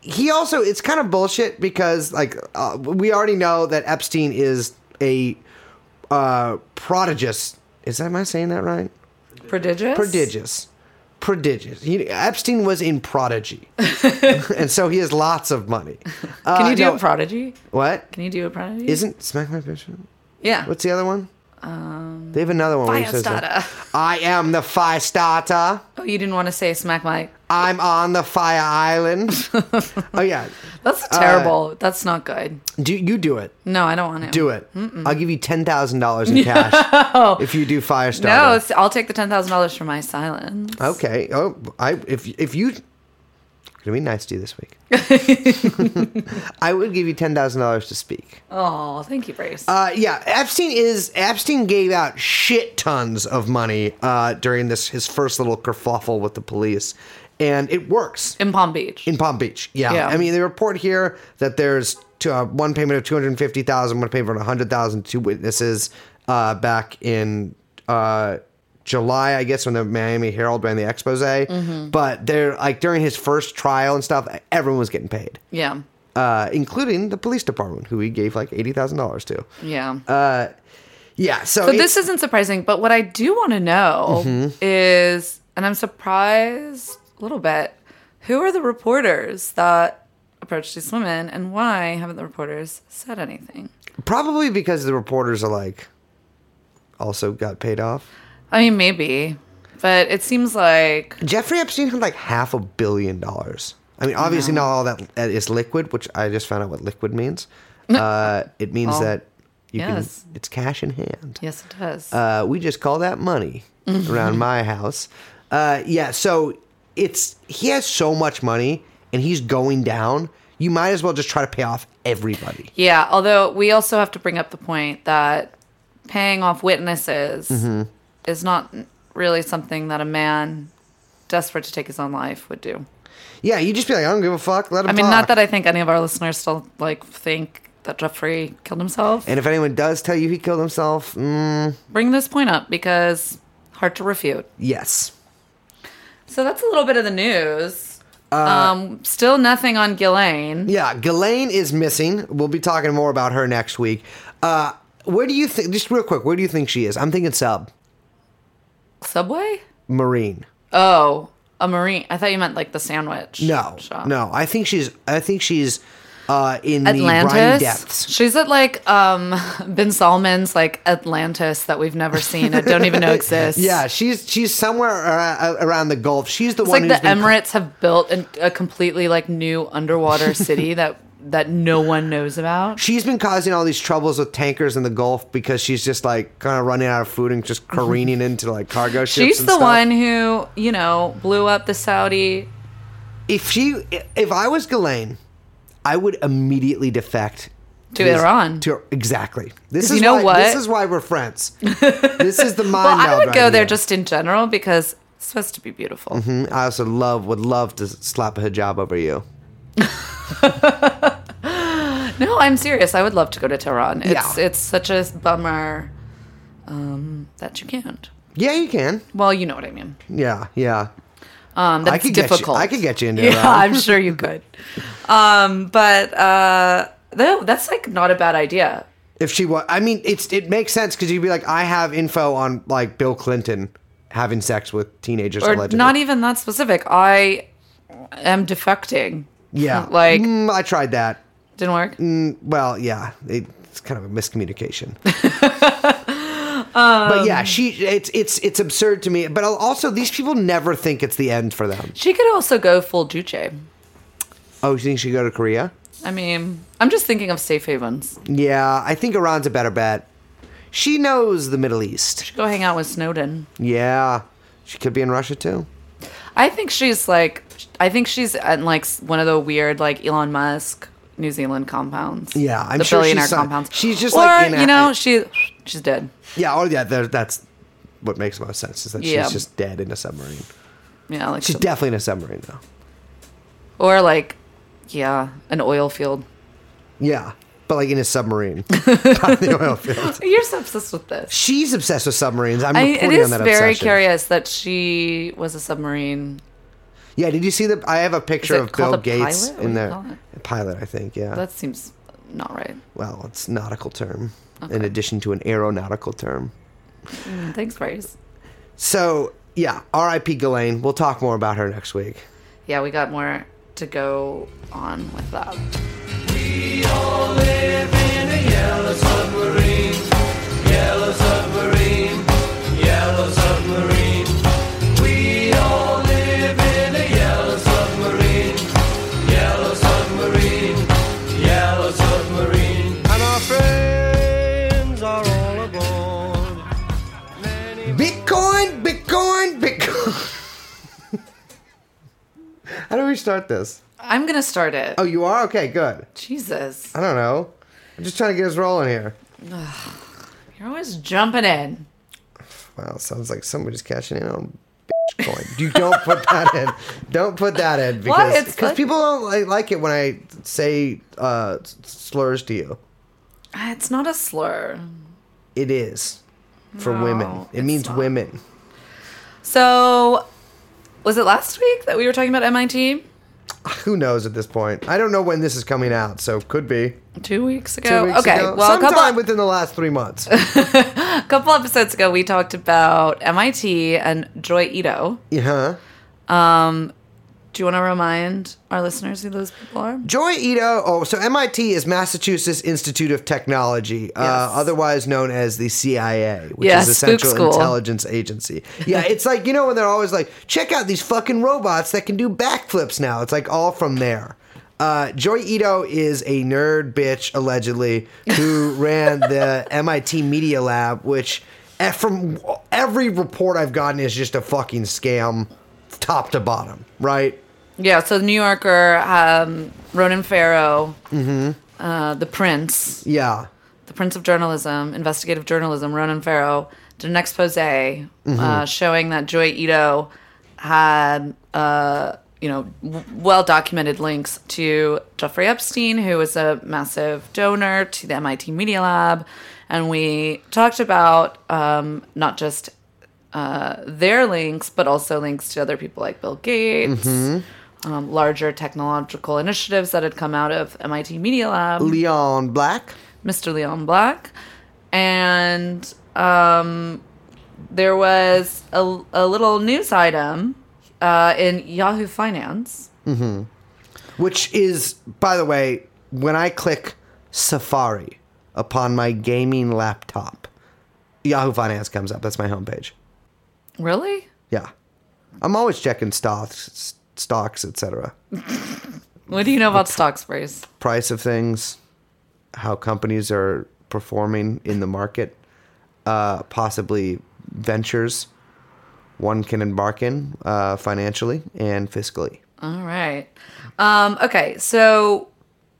Speaker 2: he also it's kind of bullshit because like uh, we already know that Epstein is a uh, prodigious. Is that am I saying that right?
Speaker 1: Prodigious?
Speaker 2: Prodigious, prodigious. He, Epstein was
Speaker 1: [LAUGHS]
Speaker 2: in prodigy, [LAUGHS] and so he has lots of money. Uh,
Speaker 1: Can you do
Speaker 2: no,
Speaker 1: a prodigy?
Speaker 2: what?
Speaker 1: Can you do a prodigy?
Speaker 2: Isn't smack my picture?
Speaker 1: yeah.
Speaker 2: What's the other one? Um, they have another one. where he says that.
Speaker 1: Firestarter.
Speaker 2: I am the fire starter.
Speaker 1: Oh, you didn't want to say smack my.
Speaker 2: I'm on the fire island.
Speaker 1: [LAUGHS]
Speaker 2: oh yeah,
Speaker 1: That's terrible. That's not good.
Speaker 2: do you do it?
Speaker 1: No, I don't want to.
Speaker 2: Do it. I'll give you ten thousand dollars in cash
Speaker 1: [LAUGHS]
Speaker 2: if you do Firestarter.
Speaker 1: No, it's, I'll take the ten thousand dollars for my silence.
Speaker 2: okay. Oh, I if if you it's gonna be nice to you this
Speaker 1: [LAUGHS]
Speaker 2: week. [LAUGHS] I would give you ten thousand dollars to speak.
Speaker 1: Oh, thank you, Brace.
Speaker 2: Uh, yeah, Epstein is Epstein gave out shit tons of money uh, during this his first little kerfuffle with the police, and it works.
Speaker 1: in Palm Beach.
Speaker 2: In Palm Beach, yeah.
Speaker 1: Yeah.
Speaker 2: I mean, they report here that there's two, uh, one payment of two hundred fifty thousand, one payment of one hundred thousand to witnesses uh, back in uh, July, I guess, when the Miami Herald ran the expose.
Speaker 1: Mm-hmm.
Speaker 2: But they're like during his first trial and stuff, everyone was getting paid,
Speaker 1: yeah.
Speaker 2: uh, including the police department, who he gave like eighty thousand dollars to.
Speaker 1: Yeah.
Speaker 2: Yeah, so,
Speaker 1: So this isn't surprising, but what I do want to know is, and I'm surprised a little bit, who are the reporters that approached these women, and why haven't the reporters said anything?
Speaker 2: probably because the reporters are like also got paid off.
Speaker 1: I mean, maybe, but it seems like
Speaker 2: Jeffrey Epstein had like half a billion dollars. I mean, obviously not all that that is liquid, which I just found out what
Speaker 1: [LAUGHS]
Speaker 2: liquid means. Uh, it means that you
Speaker 1: yes.
Speaker 2: can it's cash in hand.
Speaker 1: yes, it does.
Speaker 2: Uh, we just call that money
Speaker 1: Mm-hmm.
Speaker 2: around my house. Uh, yeah, so it's he has so much money and he's going down. You might as well just try to pay off everybody.
Speaker 1: yeah, although we also have to bring up the point that paying off witnesses is not really something that a man desperate to take his own life would do.
Speaker 2: Yeah, you just be like, I don't give a fuck. Let him.
Speaker 1: I mean,
Speaker 2: talk.
Speaker 1: not that I think any of our listeners still like think that Jeffrey killed himself.
Speaker 2: And if anyone does tell you he killed himself, mm,
Speaker 1: Bring this point up because hard to refute.
Speaker 2: yes.
Speaker 1: So that's a little bit of the news.
Speaker 2: Uh,
Speaker 1: um, still nothing on Gillane.
Speaker 2: Yeah, Ghislaine is missing. We'll be talking more about her next week. Uh, where do you think? Just real quick, where do you think she is? I'm thinking sub
Speaker 1: Subway?
Speaker 2: marine.
Speaker 1: Oh, a marine. I thought you meant like the sandwich.
Speaker 2: No,
Speaker 1: shop.
Speaker 2: no. I think she's. I think she's uh, in the brine
Speaker 1: Atlantis.
Speaker 2: depths.
Speaker 1: She's at like um [LAUGHS] Ben Salman's like Atlantis that we've never seen. I don't
Speaker 2: [LAUGHS]
Speaker 1: even know exists.
Speaker 2: Yeah, she's she's somewhere ar- around the Gulf. She's the
Speaker 1: It's
Speaker 2: one
Speaker 1: like
Speaker 2: who's
Speaker 1: the
Speaker 2: been
Speaker 1: Emirates have built an, a completely like new underwater city that that no one knows about.
Speaker 2: she's been causing all these troubles with tankers in the Gulf because she's just like kind of running out of food and just careening into like cargo ships.
Speaker 1: She's
Speaker 2: and
Speaker 1: the
Speaker 2: stuff.
Speaker 1: one who, you know, blew up the Saudi.
Speaker 2: If she, if I was Ghislaine, I would immediately defect
Speaker 1: To
Speaker 2: this-
Speaker 1: Iran.
Speaker 2: To, exactly. This
Speaker 1: 'Cause
Speaker 2: is
Speaker 1: you know
Speaker 2: why,
Speaker 1: what?
Speaker 2: This is why we're friends. this is the
Speaker 1: [LAUGHS]
Speaker 2: mind.
Speaker 1: Well, I
Speaker 2: meld
Speaker 1: would
Speaker 2: right Mm-hmm.
Speaker 1: go there
Speaker 2: here. Mm,
Speaker 1: just in general because it's supposed to be beautiful.
Speaker 2: I also love would love to slap a hijab over you.
Speaker 1: No, I'm serious. I would love to go to Tehran. It's
Speaker 2: Yeah.
Speaker 1: it's such a bummer um, that you can't.
Speaker 2: Yeah, you can.
Speaker 1: Well, you know what I mean.
Speaker 2: Yeah, yeah.
Speaker 1: Um, that's
Speaker 2: I could
Speaker 1: difficult.
Speaker 2: get you.
Speaker 1: [LAUGHS]
Speaker 2: I could get you into
Speaker 1: Yeah,
Speaker 2: Iran.
Speaker 1: I'm sure you could. Um, but uh, though that's like not a bad idea.
Speaker 2: If she was, I mean, it's it makes sense because you'd be like, I have info on like Bill Clinton having sex with teenagers
Speaker 1: Or
Speaker 2: allegedly.
Speaker 1: not even that specific. I am defecting.
Speaker 2: yeah,
Speaker 1: like-
Speaker 2: Mm, I tried that.
Speaker 1: Didn't work.
Speaker 2: Mm. Well, yeah, it, it's kind of a
Speaker 1: [LAUGHS]
Speaker 2: miscommunication. but
Speaker 1: Um,
Speaker 2: yeah, she it's it's it's absurd to me. But al- also, these people never think it's the end for them.
Speaker 1: She could also go full Juche.
Speaker 2: Oh, you think she go to Korea?
Speaker 1: I mean, I'm just thinking of safe havens.
Speaker 2: Yeah, I think Iran's a better bet. She knows the Middle East.
Speaker 1: Go hang out with Snowden.
Speaker 2: Yeah, she could be in Russia too.
Speaker 1: I think she's like, I think she's in like s- one of the weird like Elon Musk New Zealand compounds.
Speaker 2: Yeah, I'm
Speaker 1: the
Speaker 2: sure
Speaker 1: billionaire
Speaker 2: she's some-
Speaker 1: compounds.
Speaker 2: she's just,
Speaker 1: or,
Speaker 2: like, in a-
Speaker 1: you know, she she's dead.
Speaker 2: Yeah, oh yeah, there, that's what makes the most sense is that
Speaker 1: Yeah.
Speaker 2: she's just dead in a submarine.
Speaker 1: Yeah, like
Speaker 2: She's
Speaker 1: some-
Speaker 2: definitely in a submarine though.
Speaker 1: or like, yeah, an oil field.
Speaker 2: Yeah, but like in
Speaker 1: [LAUGHS]
Speaker 2: a submarine, [LAUGHS] not in the oil field.
Speaker 1: You're so obsessed with this.
Speaker 2: She's obsessed with submarines. I'm
Speaker 1: I,
Speaker 2: reporting
Speaker 1: it is
Speaker 2: on that
Speaker 1: very
Speaker 2: obsession.
Speaker 1: curious that she was a submarine.
Speaker 2: Yeah, did you see the? I have a picture
Speaker 1: Is it
Speaker 2: of Bill
Speaker 1: called a
Speaker 2: Gates
Speaker 1: pilot? What do you
Speaker 2: in there.
Speaker 1: call
Speaker 2: Pilot, I think. Yeah.
Speaker 1: That seems not right.
Speaker 2: well, it's a nautical term in addition to an aeronautical term.
Speaker 1: Thanks, Bryce.
Speaker 2: So yeah, R.I.P. Ghislaine. We'll talk more about her next week.
Speaker 1: Yeah, we got more to go on with that.
Speaker 7: And our friends are all aboard.
Speaker 2: Bitcoin, Bitcoin, Bitcoin. [LAUGHS] How do we start this?
Speaker 1: I'm gonna start it.
Speaker 2: Oh, you are okay. Good.
Speaker 1: Jesus,
Speaker 2: I don't know. I'm just trying to get us rolling here.
Speaker 1: you're always jumping in.
Speaker 2: Wow, sounds like somebody's cashing in on Bitcoin. You don't put that in. Don't put that in because
Speaker 1: It's
Speaker 2: because
Speaker 1: like-
Speaker 2: people don't like, like it when I say uh, s- slurs to you.
Speaker 1: Ah, It's not a slur.
Speaker 2: It is for women.
Speaker 1: No,
Speaker 2: It
Speaker 1: it's
Speaker 2: means
Speaker 1: not.
Speaker 2: women. [LAUGHS]
Speaker 1: So, was it last week that we were talking about MIT?
Speaker 2: Who knows at this point? I don't know when this is coming out, so could be
Speaker 1: Two weeks
Speaker 2: two
Speaker 1: ago.
Speaker 2: weeks
Speaker 1: Oh, okay,
Speaker 2: ago.
Speaker 1: well, a
Speaker 2: sometime
Speaker 1: couple,
Speaker 2: within the last
Speaker 1: [LAUGHS]
Speaker 2: three months.
Speaker 1: a couple episodes ago, we talked about MIT and Joy Ito.
Speaker 2: yeah.
Speaker 1: Do you want to remind our listeners who those people are?
Speaker 2: Joy Ito. Oh, so MIT is Massachusetts Institute of Technology, uh,
Speaker 1: Yes.
Speaker 2: otherwise known as the CIA, which
Speaker 1: Yeah,
Speaker 2: is a
Speaker 1: spook
Speaker 2: Central
Speaker 1: school.
Speaker 2: Intelligence Agency. Yeah, it's like you know when they're always like, check out these fucking robots that can do backflips now. It's like all from there. Uh, Joy Ito is a nerd bitch allegedly
Speaker 1: [LAUGHS]
Speaker 2: who ran the MIT Media Lab, which eh, from every report I've gotten is just a fucking scam, top to bottom. Right?
Speaker 1: Yeah, so the New Yorker, um, Ronan Farrow, uh, the Prince,
Speaker 2: Yeah.
Speaker 1: the Prince of Journalism, investigative journalism, Ronan Farrow did an expose uh, showing that Joy Ito had uh, you know well documented links to Jeffrey Epstein, who was a massive donor to the MIT Media Lab, and we talked about um, not just uh, their links, but also links to other people like Bill Gates. Um, larger technological initiatives that had come out of MIT Media Lab.
Speaker 2: Leon Black.
Speaker 1: Mr. Leon Black, and um, there was a, a little news item uh, in Yahoo Finance.
Speaker 2: Which is, by the way, when I click Safari upon my gaming laptop, Yahoo Finance comes up. That's my homepage.
Speaker 1: Really?
Speaker 2: Yeah, I'm always checking stocks, stocks, etc.
Speaker 1: What do you know about Stocksbrace?
Speaker 2: Price of things, how companies are performing in the market, uh, possibly ventures one can embark in uh, financially and fiscally.
Speaker 1: All right. Um, okay, so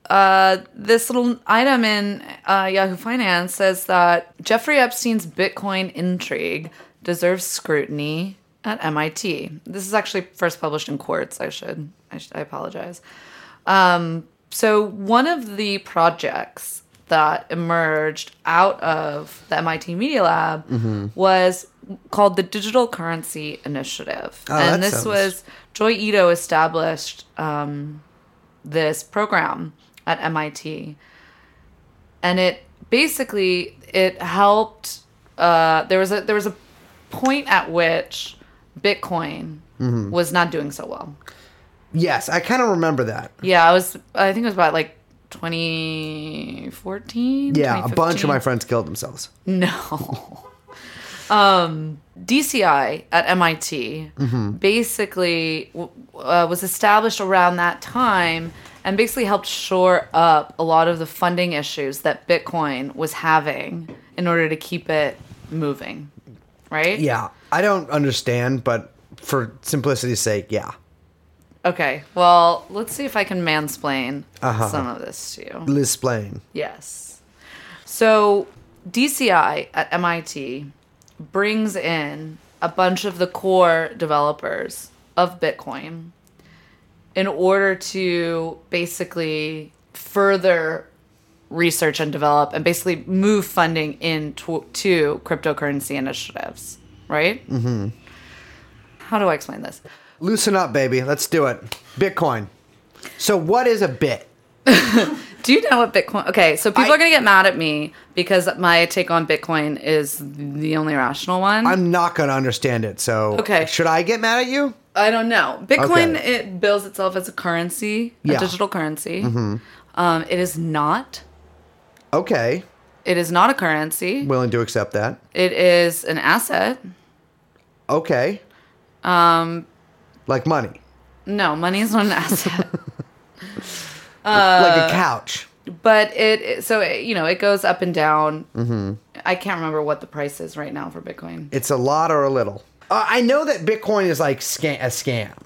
Speaker 1: uh, this little item in uh, Yahoo Finance says that Jeffrey Epstein's Bitcoin intrigue deserves scrutiny at MIT. This is actually first published in Quartz. I should. I, should, I apologize. Um, so one of the projects that emerged out of the MIT Media Lab
Speaker 2: Mm-hmm.
Speaker 1: was called the Digital Currency Initiative,
Speaker 2: Oh,
Speaker 1: and
Speaker 2: that
Speaker 1: this
Speaker 2: sounds-
Speaker 1: was Joy Ito established um, this program at MIT, and it basically it helped. Uh, there was a there was a point at which Bitcoin
Speaker 2: Mm-hmm.
Speaker 1: was not doing so well.
Speaker 2: Yes, I kind of remember that.
Speaker 1: Yeah, I was. I think it was about like 2014.
Speaker 2: Yeah, a bunch
Speaker 1: 2015.
Speaker 2: of my friends killed themselves.
Speaker 1: No.
Speaker 2: [LAUGHS]
Speaker 1: um, DCI at MIT
Speaker 2: Mm-hmm.
Speaker 1: basically w- uh, was established around that time and basically helped shore up a lot of the funding issues that Bitcoin was having in order to keep it moving. Right?
Speaker 2: Yeah, I don't understand, but for simplicity's sake, yeah.
Speaker 1: Okay. Well, let's see if I can mansplain
Speaker 2: Uh-huh.
Speaker 1: some of this to you.
Speaker 2: Liz Splain.
Speaker 1: Yes. So DCI at MIT brings in a bunch of the core developers of Bitcoin in order to basically further research and develop and basically move funding into to cryptocurrency initiatives, right? Mm-hmm. How do I explain this?
Speaker 2: Loosen up, baby. Let's do it. Bitcoin. So, what is a bit?
Speaker 1: Do you know what Bitcoin? Okay, so people
Speaker 2: I-
Speaker 1: are gonna get mad at me because my take on Bitcoin is the only rational one. I'm,
Speaker 2: I'm not going to understand it. So,
Speaker 1: Okay.
Speaker 2: should I get mad at you?
Speaker 1: I do not know. Bitcoin
Speaker 2: Okay.
Speaker 1: it bills itself as a currency,
Speaker 2: Yeah. Mm-hmm.
Speaker 1: a digital currency. Um, it is not.
Speaker 2: Okay.
Speaker 1: It is not a currency.
Speaker 2: Willing to accept that.
Speaker 1: It is an asset.
Speaker 2: Okay.
Speaker 1: Um,
Speaker 2: Like money.
Speaker 1: no, money is not an
Speaker 2: [LAUGHS]
Speaker 1: asset. uh,
Speaker 2: like a couch.
Speaker 1: but it it- so it, you know it goes up and down.
Speaker 2: Mm-hmm.
Speaker 1: I can't remember what the price is right now for Bitcoin.
Speaker 2: It's a lot or a little. Uh, I know that Bitcoin is like scam- a scam.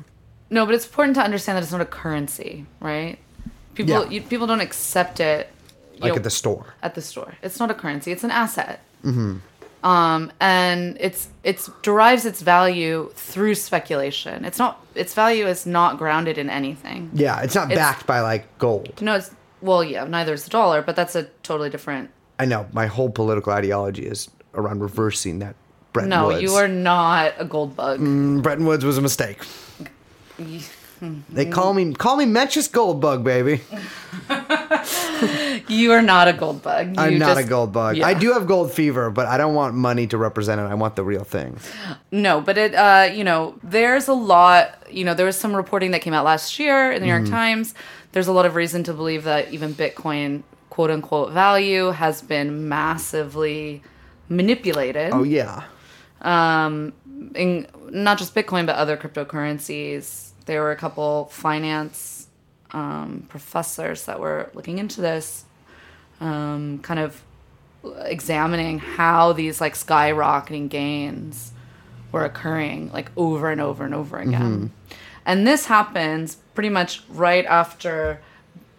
Speaker 1: No, but it's important to understand that it's not a currency, right? People
Speaker 2: Yeah.
Speaker 1: you, people don't accept it you
Speaker 2: Like
Speaker 1: know,
Speaker 2: at the store.
Speaker 1: at the store. It's not a currency; it's an asset.
Speaker 2: Mm-hmm.
Speaker 1: Um, and it's it's derives its value through speculation. It's not its value is not grounded in anything.
Speaker 2: Yeah, it's not
Speaker 1: It's-
Speaker 2: backed by like gold.
Speaker 1: No, it's well, yeah, neither is the dollar, but that's a totally different.
Speaker 2: I know my whole political ideology is around reversing that. Bretton
Speaker 1: No,
Speaker 2: Woods.
Speaker 1: you are not a gold bug.
Speaker 2: Mm. Bretton Woods was a mistake.
Speaker 1: Mm.
Speaker 2: They call me call me Metrius Goldbug, baby.
Speaker 1: You are not a gold bug. You
Speaker 2: I'm not
Speaker 1: just-
Speaker 2: a gold bug.
Speaker 1: Yeah.
Speaker 2: I do have gold fever, but I don't want money to represent it. I want the real thing.
Speaker 1: No, but it, uh, you know, there's a lot, you know, there was some reporting that came out last year in the New York
Speaker 2: Mm-hmm.
Speaker 1: Times. There's a lot of reason to believe that even Bitcoin, quote unquote, value has been massively manipulated. Um,
Speaker 2: Oh yeah.
Speaker 1: in, not just Bitcoin, but other cryptocurrencies. There were a couple finance um, professors that were looking into this, um, kind of examining how these like skyrocketing gains were occurring like over and over and over again. And this happens pretty much right after,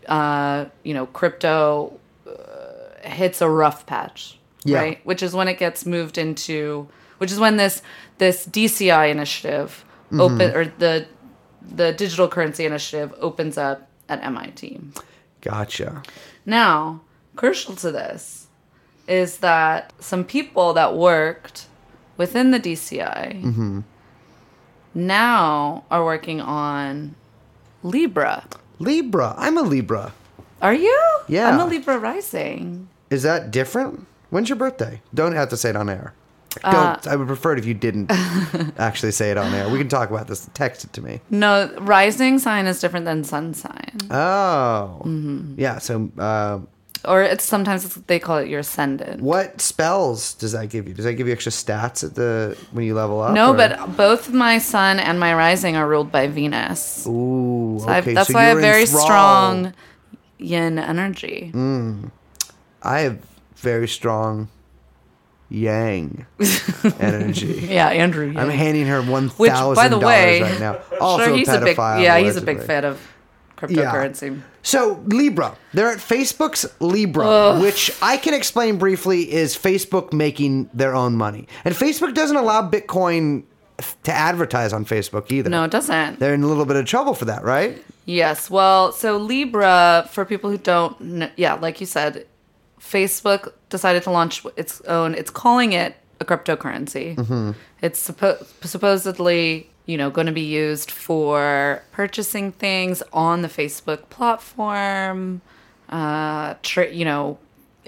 Speaker 1: uh, you know, crypto uh, hits a rough patch,
Speaker 2: Yeah.
Speaker 1: right? which is when it gets moved into which is when this this DCI initiative open or the the digital currency initiative opens up at MIT.
Speaker 2: Gotcha.
Speaker 1: Now, crucial to this is that some people that worked within the DCI
Speaker 2: Mm-hmm.
Speaker 1: now are working on Libra.
Speaker 2: Libra. I'm a Libra.
Speaker 1: Are you?
Speaker 2: Yeah.
Speaker 1: I'm a Libra rising.
Speaker 2: Is that different? When's your birthday? Don't have to say it on air.
Speaker 1: Uh,
Speaker 2: Don't. I would prefer it if you didn't [LAUGHS] actually say it on air. We can talk about this. Text it to me.
Speaker 1: No, rising sign is different than sun sign.
Speaker 2: Oh.
Speaker 1: Mm-hmm.
Speaker 2: Yeah. So, uh,
Speaker 1: or it's sometimes it's, they call it your ascendant.
Speaker 2: what spells does that give you? Does that give you extra stats at the when you level up?
Speaker 1: No,
Speaker 2: or-
Speaker 1: but both my sun and my rising are ruled by Venus.
Speaker 2: Ooh,
Speaker 1: So I-
Speaker 2: okay,
Speaker 1: that's
Speaker 2: so
Speaker 1: why I have
Speaker 2: you're
Speaker 1: very
Speaker 2: enthralled.
Speaker 1: strong yin energy.
Speaker 2: Mm. I have very strong
Speaker 1: [LAUGHS]
Speaker 2: yang energy.
Speaker 1: Yeah, Andrew.
Speaker 2: I'm
Speaker 1: Yang.
Speaker 2: handing her one
Speaker 1: Which,
Speaker 2: thousand
Speaker 1: by the
Speaker 2: dollars
Speaker 1: way,
Speaker 2: right now.
Speaker 1: [LAUGHS] sure,
Speaker 2: Also,
Speaker 1: he's
Speaker 2: pedophile,
Speaker 1: a big yeah, he's a big
Speaker 2: allegedly.
Speaker 1: fan of cryptocurrency.
Speaker 2: So Libra, they're at Facebook's Libra, which I can explain briefly is Facebook making their own money, and Facebook doesn't allow Bitcoin to advertise on Facebook either.
Speaker 1: No, it doesn't.
Speaker 2: they're in a little bit of trouble for that, right?
Speaker 1: Yes. Well, so Libra, for people who don't know, yeah, like you said, Facebook decided to launch its own, it's calling it a cryptocurrency. It's suppo- supposedly, you know, going to be used for purchasing things on the Facebook platform, uh, tra- you know,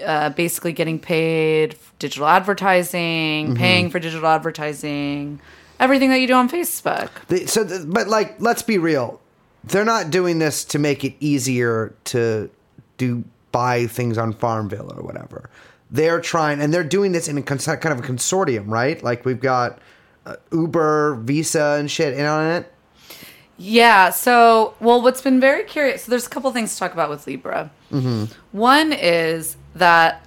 Speaker 1: uh, basically getting paid, digital advertising, paying for digital advertising, everything that you do on Facebook.
Speaker 2: They, so, th- but like, let's be real. They're not doing this to make it easier to do buy things on Farmville or whatever. They're trying, and they're doing this in a cons- kind of a consortium, right? Like we've got uh, Uber, Visa, and shit in on it.
Speaker 1: Yeah. So, well, what's been very curious, so there's a couple things to talk about with Libra.
Speaker 2: Mm-hmm.
Speaker 1: One is that,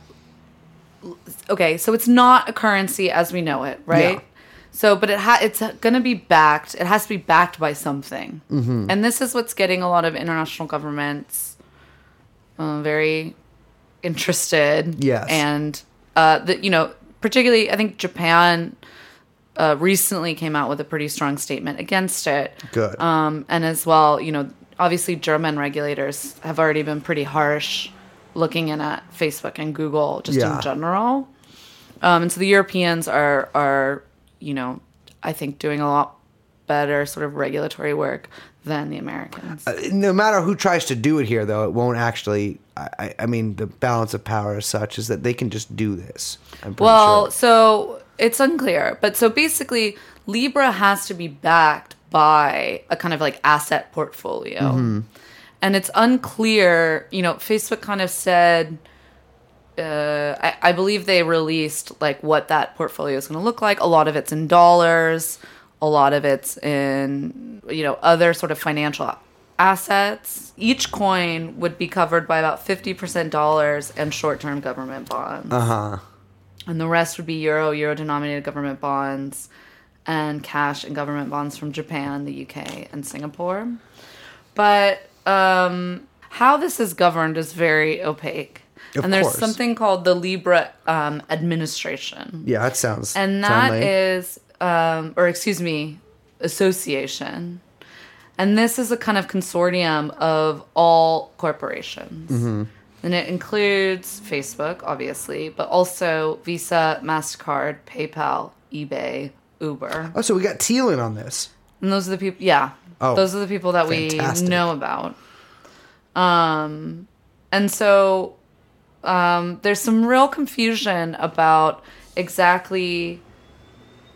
Speaker 1: okay, so it's not a currency as we know it, right?
Speaker 2: Yeah.
Speaker 1: So, but it ha- it's going to be backed, it has to be backed by something.
Speaker 2: Mm-hmm.
Speaker 1: And this is what's getting a lot of international governments uh, very interested.
Speaker 2: Yes.
Speaker 1: And, uh, the, you know, particularly, I think Japan uh, recently came out with a pretty strong statement against it.
Speaker 2: Good.
Speaker 1: Um, and as well, you know, obviously German regulators have already been pretty harsh looking in at Facebook and Google just
Speaker 2: Yeah.
Speaker 1: in general. Um, and so the Europeans are are you know I think doing a lot better sort of regulatory work than the Americans.
Speaker 2: no matter who tries to do it here, though, it won't actually. I- I, I mean, the balance of power is such is that they can just do this. I'm pretty
Speaker 1: Well,
Speaker 2: sure.
Speaker 1: so it's unclear, but so basically, Libra has to be backed by a kind of like asset portfolio,
Speaker 2: Mm-hmm.
Speaker 1: and it's unclear. You know, Facebook kind of said. Uh, I, I believe they released like what that portfolio is going to look like. A lot of it's in dollars, a lot of it's in you know other sort of financial assets. Each coin would be covered by about fifty percent dollars and short-term government bonds and the rest would be euro, euro denominated government bonds, and cash and government bonds from Japan, the UK, and Singapore. But um, how this is governed is very opaque.
Speaker 2: Of
Speaker 1: and there's
Speaker 2: course.
Speaker 1: something called the Libra um, administration.
Speaker 2: yeah, that sounds.
Speaker 1: And
Speaker 2: sound
Speaker 1: that
Speaker 2: lame.
Speaker 1: is, um, or excuse me, association. And this is a kind of consortium of all corporations.
Speaker 2: Mm-hmm.
Speaker 1: And it includes Facebook, obviously, but also Visa, MasterCard, PayPal, eBay, Uber.
Speaker 2: Oh, so we got Tealin on this.
Speaker 1: And those are the people, yeah.
Speaker 2: Oh,
Speaker 1: those are the people that
Speaker 2: fantastic.
Speaker 1: we know about. Um, and so um, there's some real confusion about exactly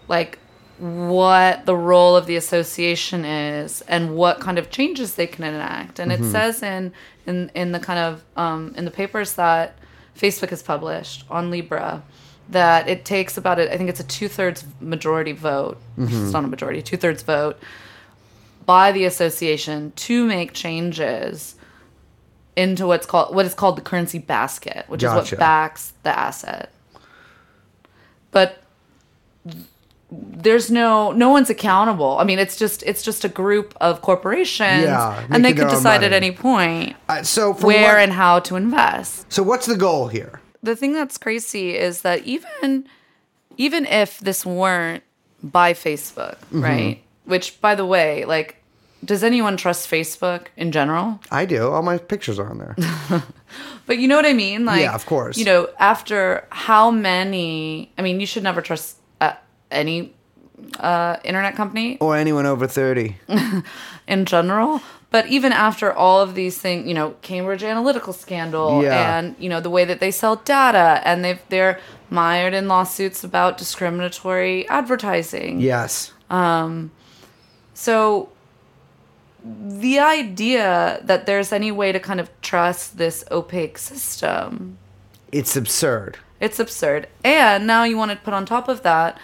Speaker 1: like what the role of the association is and what kind of changes they can enact. And it says in in in the kind of um, in the papers that Facebook has published on Libra that it takes about it. I think it's a two thirds majority vote. It's not a majority, two thirds vote by the association to make changes into what's called what is called the currency basket, which is
Speaker 2: Gotcha.
Speaker 1: what backs the asset. But there's no no one's accountable. I mean, it's just it's just a group of corporations,
Speaker 2: Yeah, making
Speaker 1: and they
Speaker 2: their
Speaker 1: could
Speaker 2: own
Speaker 1: decide at
Speaker 2: money.
Speaker 1: any point
Speaker 2: Uh, so from
Speaker 1: where
Speaker 2: what-
Speaker 1: and how to invest.
Speaker 2: so what's the goal here?
Speaker 1: The thing that's crazy is
Speaker 2: Mm-hmm.
Speaker 1: that even even if this weren't by Facebook, right? Which, by the way, like, does anyone trust Facebook in general?
Speaker 2: I do. All my pictures are
Speaker 1: [LAUGHS]
Speaker 2: on there.
Speaker 1: But you know what I mean? Like,
Speaker 2: Yeah, of course.
Speaker 1: You know, after how many? I mean, you should never trust uh, any uh, internet company
Speaker 2: or anyone
Speaker 1: [LAUGHS]
Speaker 2: over 30.
Speaker 1: in general. But even after all of these things, you know, Cambridge Analytical scandal
Speaker 2: Yeah.
Speaker 1: and, you know, the way that they sell data and they've, they're mired in lawsuits about discriminatory advertising.
Speaker 2: Yes.
Speaker 1: So the idea that there's any way to kind of trust this opaque system
Speaker 2: It's absurd.
Speaker 1: It's absurd. And now you want to put on top of that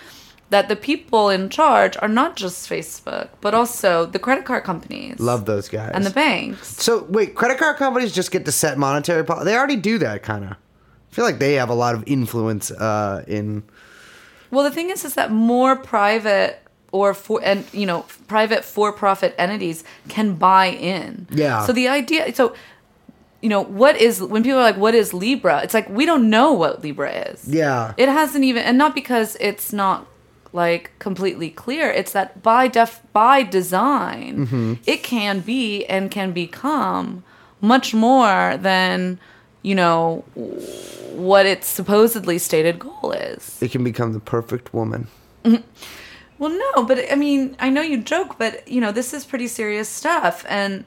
Speaker 1: that the people in charge are not just Facebook, but also the credit card companies.
Speaker 2: Love those guys.
Speaker 1: And the banks.
Speaker 2: So wait, credit card companies just get to set monetary policy. They already do that kind of. I feel like they have a lot of influence uh, in.
Speaker 1: Well, the thing is is that more private or for and you know, private for-profit entities can buy in.
Speaker 2: Yeah.
Speaker 1: So the idea so you know, what is when people are like what is Libra? It's like we don't know what Libra is.
Speaker 2: Yeah.
Speaker 1: It hasn't even, and not because it's not like completely clear. It's that by def by design,
Speaker 2: Mm-hmm.
Speaker 1: it can be and can become much more than you know w- what its supposedly stated goal is.
Speaker 2: They can become the perfect woman.
Speaker 1: Well, no, but I mean, I know you joke, but you know, this is pretty serious stuff, and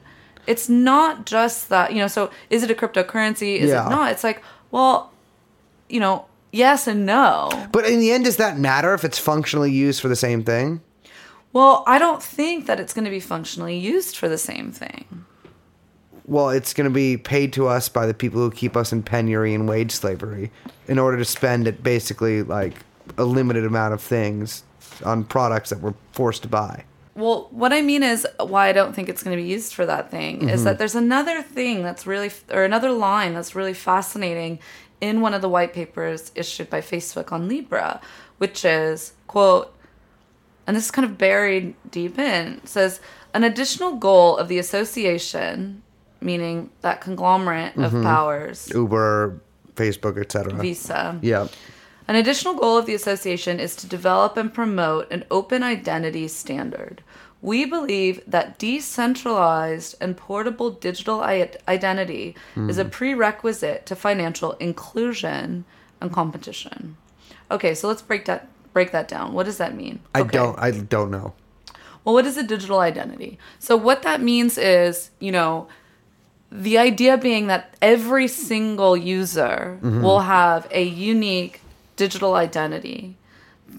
Speaker 1: it's not just that. You know, so is it a cryptocurrency? Is
Speaker 2: Yeah.
Speaker 1: it not? It's like, well, you know, yes and no.
Speaker 2: But in the end, does that matter if it's functionally used for the same thing?
Speaker 1: Well, I don't think that it's going to be functionally used for the same thing.
Speaker 2: Well, it's going to be paid to us by the people who keep us in penury and wage slavery in order to spend it basically like a limited amount of things on products that we're forced to buy.
Speaker 1: Well, what I mean is why I don't think it's going to be used for that thing is that there's another thing that's really, or another line that's really fascinating in one of the white papers issued by Facebook on Libra, which is, quote, and this is kind of buried deep in, it says an additional goal of the association, meaning that conglomerate of powers,
Speaker 2: Uber, Facebook, etc.
Speaker 1: Visa.
Speaker 2: Yeah.
Speaker 1: An additional goal of the association is to develop and promote an open identity standard. We believe that decentralized and portable digital i- identity is
Speaker 2: Hmm.
Speaker 1: a prerequisite to financial inclusion and competition. Okay, so let's break that break that down. What does that mean?
Speaker 2: I
Speaker 1: Okay.
Speaker 2: don't I don't know.
Speaker 1: Well, what is a digital identity? So, what that means is, you know, the idea being that every single user will have a unique digital identity,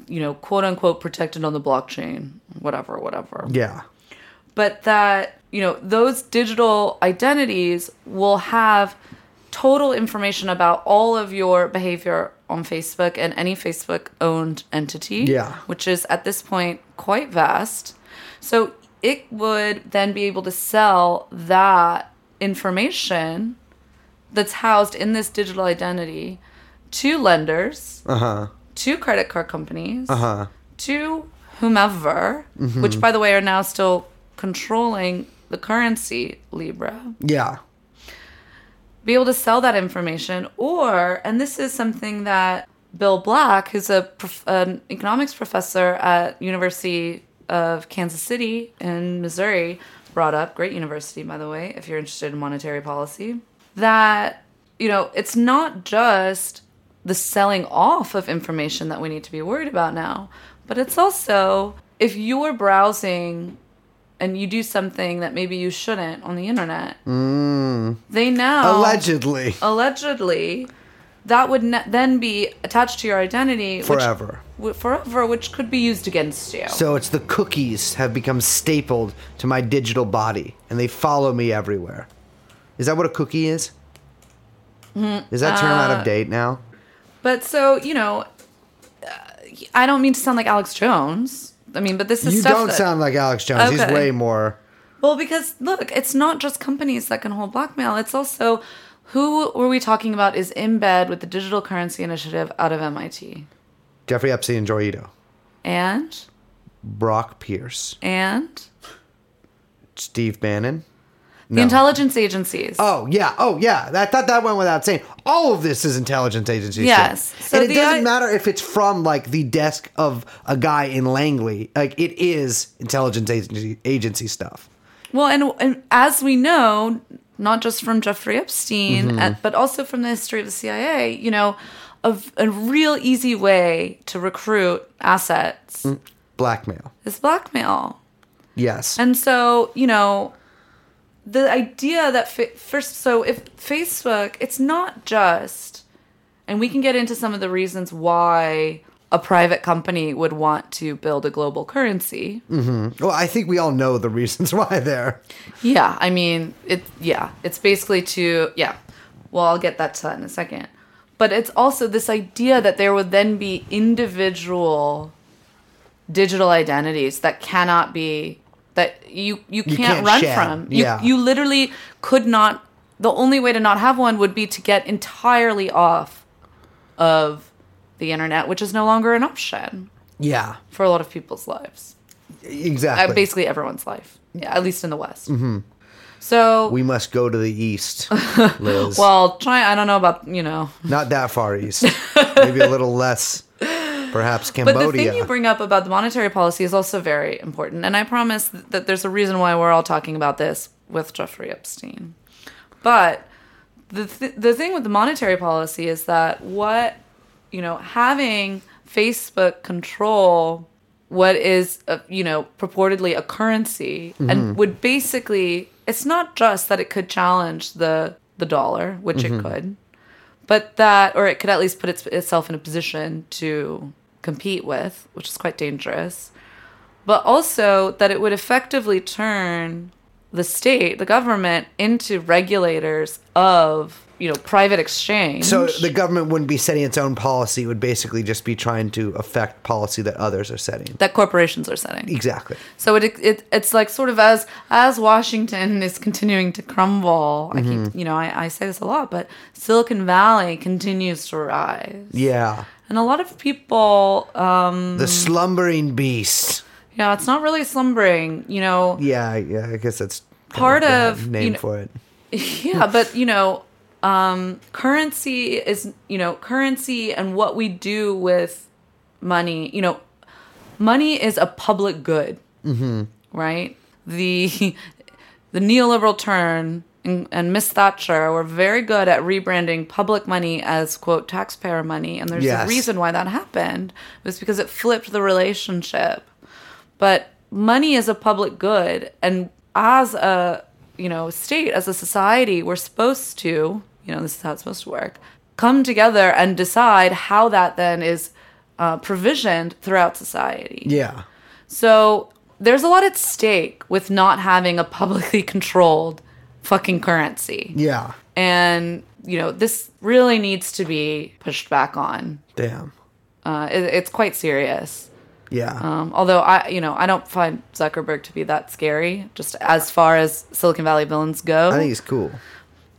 Speaker 1: you know, quote unquote, protected on the blockchain, whatever, whatever.
Speaker 2: Yeah.
Speaker 1: But that, you know, those digital identities will have total information about all of your behavior on Facebook and any Facebook owned entity
Speaker 2: Yeah.
Speaker 1: which is at this point quite vast. So it would then be able to sell that information that's housed in this digital identity to lenders, to credit card companies, to whomever, which by the way are now still controlling the currency Libra
Speaker 2: Yeah.
Speaker 1: be able to sell that information or and this is something that bill black who's a prof- an economics professor at university of kansas city in missouri brought up great university by the way if you're interested in monetary policy that you know it's not just the selling off of information that we need to be worried about now but it's also if you're browsing and you do something that maybe you shouldn't on the internet
Speaker 2: Mm.
Speaker 1: they now
Speaker 2: Allegedly.
Speaker 1: Oh, allegedly that would ne- then be attached to your identity which-
Speaker 2: Forever.
Speaker 1: w- forever which could be used against you
Speaker 2: So it's the cookies have become stapled to my digital body and they follow me everywhere. Is that what a cookie is?
Speaker 1: Hmm.
Speaker 2: Is that term
Speaker 1: Uh,
Speaker 2: out of date now?
Speaker 1: but so you know uh, i don't mean to sound like alex jones i mean but this is
Speaker 2: You
Speaker 1: stuff
Speaker 2: don't
Speaker 1: that-
Speaker 2: sound like Alex Jones. He's
Speaker 1: Okay.
Speaker 2: way more.
Speaker 1: well because look it's not just companies that can hold blackmail it's also who were we talking about is in bed with the digital currency initiative out of mit
Speaker 2: Jeffrey Epstein and Joyito.
Speaker 1: and
Speaker 2: Brock Pierce.
Speaker 1: and
Speaker 2: Steve Bannon.
Speaker 1: The intelligence agencies.
Speaker 2: Oh yeah, oh yeah. I thought that went without saying. All of this is intelligence agency. shit.
Speaker 1: Yes. So
Speaker 2: and it
Speaker 1: the
Speaker 2: doesn't
Speaker 1: i-
Speaker 2: matter if it's from like the desk of a guy in Langley. Like it is intelligence agency, agency stuff.
Speaker 1: Well, and, and as we know, not just from Jeffrey Epstein, and- but also from the history of the CIA, you know, of a real easy way to recruit assets
Speaker 2: Blackmail.
Speaker 1: is blackmail.
Speaker 2: Yes.
Speaker 1: And so, you know, the idea that fa- first, so if Facebook, it's not just, and we can get into some of the reasons why a private company would want to build a global currency.
Speaker 2: well, I think we all know the reasons [LAUGHS] why there.
Speaker 1: Yeah, I mean, it. Yeah, it's basically to yeah. Well, I'll get that to that in a second. But it's also this idea that there would then be individual digital identities that cannot be that you you can't,
Speaker 2: can't
Speaker 1: run
Speaker 2: share.
Speaker 1: from. You
Speaker 2: Yeah.
Speaker 1: you literally could not. The only way to not have one would be to get entirely off of the internet, which is no longer an option
Speaker 2: Yeah.
Speaker 1: for a lot of people's lives. Uh,
Speaker 2: Exactly.
Speaker 1: basically everyone's life, yeah, at least in the West. So
Speaker 2: Mm-hmm. we must go to the
Speaker 1: [LAUGHS]
Speaker 2: east, Liz.
Speaker 1: Well, China, I don't know about, you know.
Speaker 2: not that far
Speaker 1: [LAUGHS]
Speaker 2: east. Maybe a little less. Perhaps
Speaker 1: But the
Speaker 2: Cambodia.
Speaker 1: thing you bring up about the monetary policy is also very important. And I promise th- that there's a reason why we're all talking about this with Jeffrey Epstein. But the, th- the thing with the monetary policy is that what, you know, having Facebook control what is, a, you know, purportedly a currency
Speaker 2: Mm-hmm.
Speaker 1: and would basically, it's not just that it could challenge the, the dollar, which it
Speaker 2: Mm-hmm.
Speaker 1: could. but that or it could at least put its, itself in a position to compete with which is quite dangerous but also that it would effectively turn the state the government into regulators of you know private exchange
Speaker 2: So the government wouldn't be setting its own policy; it would basically just be trying to affect policy that others are setting.
Speaker 1: that corporations are setting
Speaker 2: Exactly.
Speaker 1: So it, it it's like sort of as as Washington is continuing to crumble. I keep you know I, I say this a lot, but Silicon Valley continues to rise,
Speaker 2: Yeah.
Speaker 1: and a lot of people uh, Mm.
Speaker 2: The slumbering beast.
Speaker 1: Yeah, it's not really slumbering, you know.
Speaker 2: Yeah, yeah. I guess that's kind
Speaker 1: Part
Speaker 2: the
Speaker 1: of,
Speaker 2: name
Speaker 1: you know-
Speaker 2: for it.
Speaker 1: [LAUGHS] Yeah, but you know, um, currency is you know currency and what we do with money. You know, money is a public good, mm-hmm. right? The [LAUGHS] the neoliberal turn and, and Miss Thatcher were very good at rebranding public money as quote taxpayer money, and there's
Speaker 2: Yes.
Speaker 1: a reason why that happened. It was because it flipped the relationship. but money is a public good and as a you know state as a society we're supposed to you know this is how it's supposed to work come together and decide how that then is uh, provisioned throughout society
Speaker 2: Yeah.
Speaker 1: so there's a lot at stake with not having a publicly [LAUGHS] controlled fucking currency
Speaker 2: Yeah.
Speaker 1: and you know this really needs to be pushed back on
Speaker 2: Damn.
Speaker 1: uh, it, it's quite serious
Speaker 2: Yeah.
Speaker 1: um, although I, you know, I don't find Zuckerberg to be that scary, just as far as Silicon Valley villains go.
Speaker 2: I think he's cool.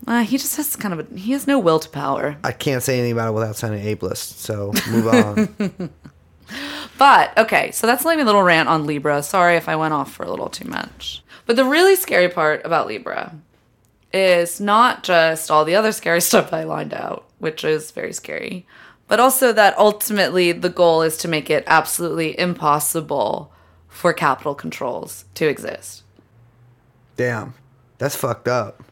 Speaker 1: uh, he just has kind of a, he has no will to power.
Speaker 2: I can't say anything about it without sounding ableist. So
Speaker 1: [LAUGHS]
Speaker 2: move on.
Speaker 1: But okay, so that's like my little rant on Libra. Sorry if I went off for a little too much. But the really scary part about Libra is not just all the other scary [LAUGHS] stuff I lined out, which is very scary, but also that ultimately the goal is to make it absolutely impossible for capital controls to exist.
Speaker 2: Damn. That's fucked up.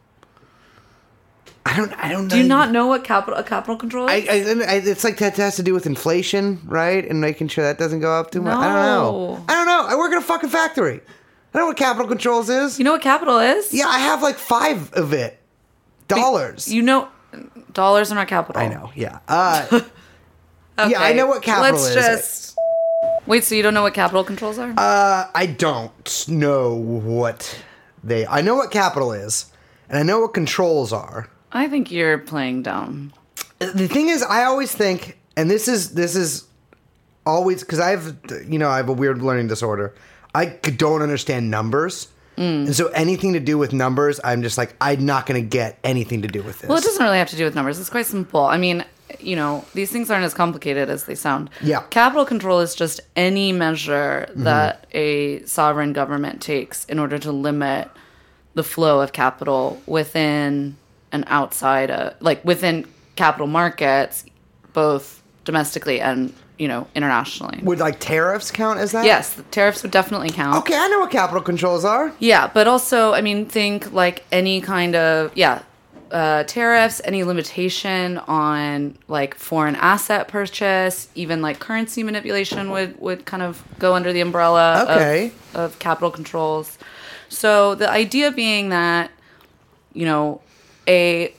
Speaker 2: I don't. I don't.
Speaker 1: Do you not know what capital a capital control is?
Speaker 2: I, I, I, it's like that has to do with inflation, right? And making sure that doesn't go up too much. I don't know.
Speaker 1: No.
Speaker 2: I don't know. I work in a fucking factory. I know what capital controls is.
Speaker 1: You know what capital is?
Speaker 2: Yeah, I have like five of it. Dollars.
Speaker 1: You know, dollars are not capital.
Speaker 2: I know. Yeah. Uh, Yeah, I know what capital
Speaker 1: Let's
Speaker 2: is.
Speaker 1: just wait. So you don't know what capital controls are?
Speaker 2: uh, I don't know what they. I know what capital is, and I know what controls are.
Speaker 1: I think you're playing dumb.
Speaker 2: the thing is i always think and this is this is always because i've you know i have a weird learning disorder i c- don't understand numbers
Speaker 1: Mm.
Speaker 2: and so anything to do with numbers i'm just like i'm not going to get anything to do with this
Speaker 1: Well, it doesn't really have to do with numbers. It's quite simple. I mean, you know, these things aren't as complicated as they sound.
Speaker 2: Yeah. Mm-hmm.
Speaker 1: Capital control is just any measure that a sovereign government takes in order to limit the flow of capital within and outside of like within capital markets both domestically and you know internationally
Speaker 2: Would like tariffs count as that?
Speaker 1: yes the tariffs would definitely count
Speaker 2: Okay, I know what capital controls are.
Speaker 1: yeah but also i mean think like any kind of yeah uh, tariffs any limitation on like foreign asset purchase even like currency manipulation would would kind of go under the umbrella of-
Speaker 2: Okay.
Speaker 1: of capital controls so the idea being that you know, a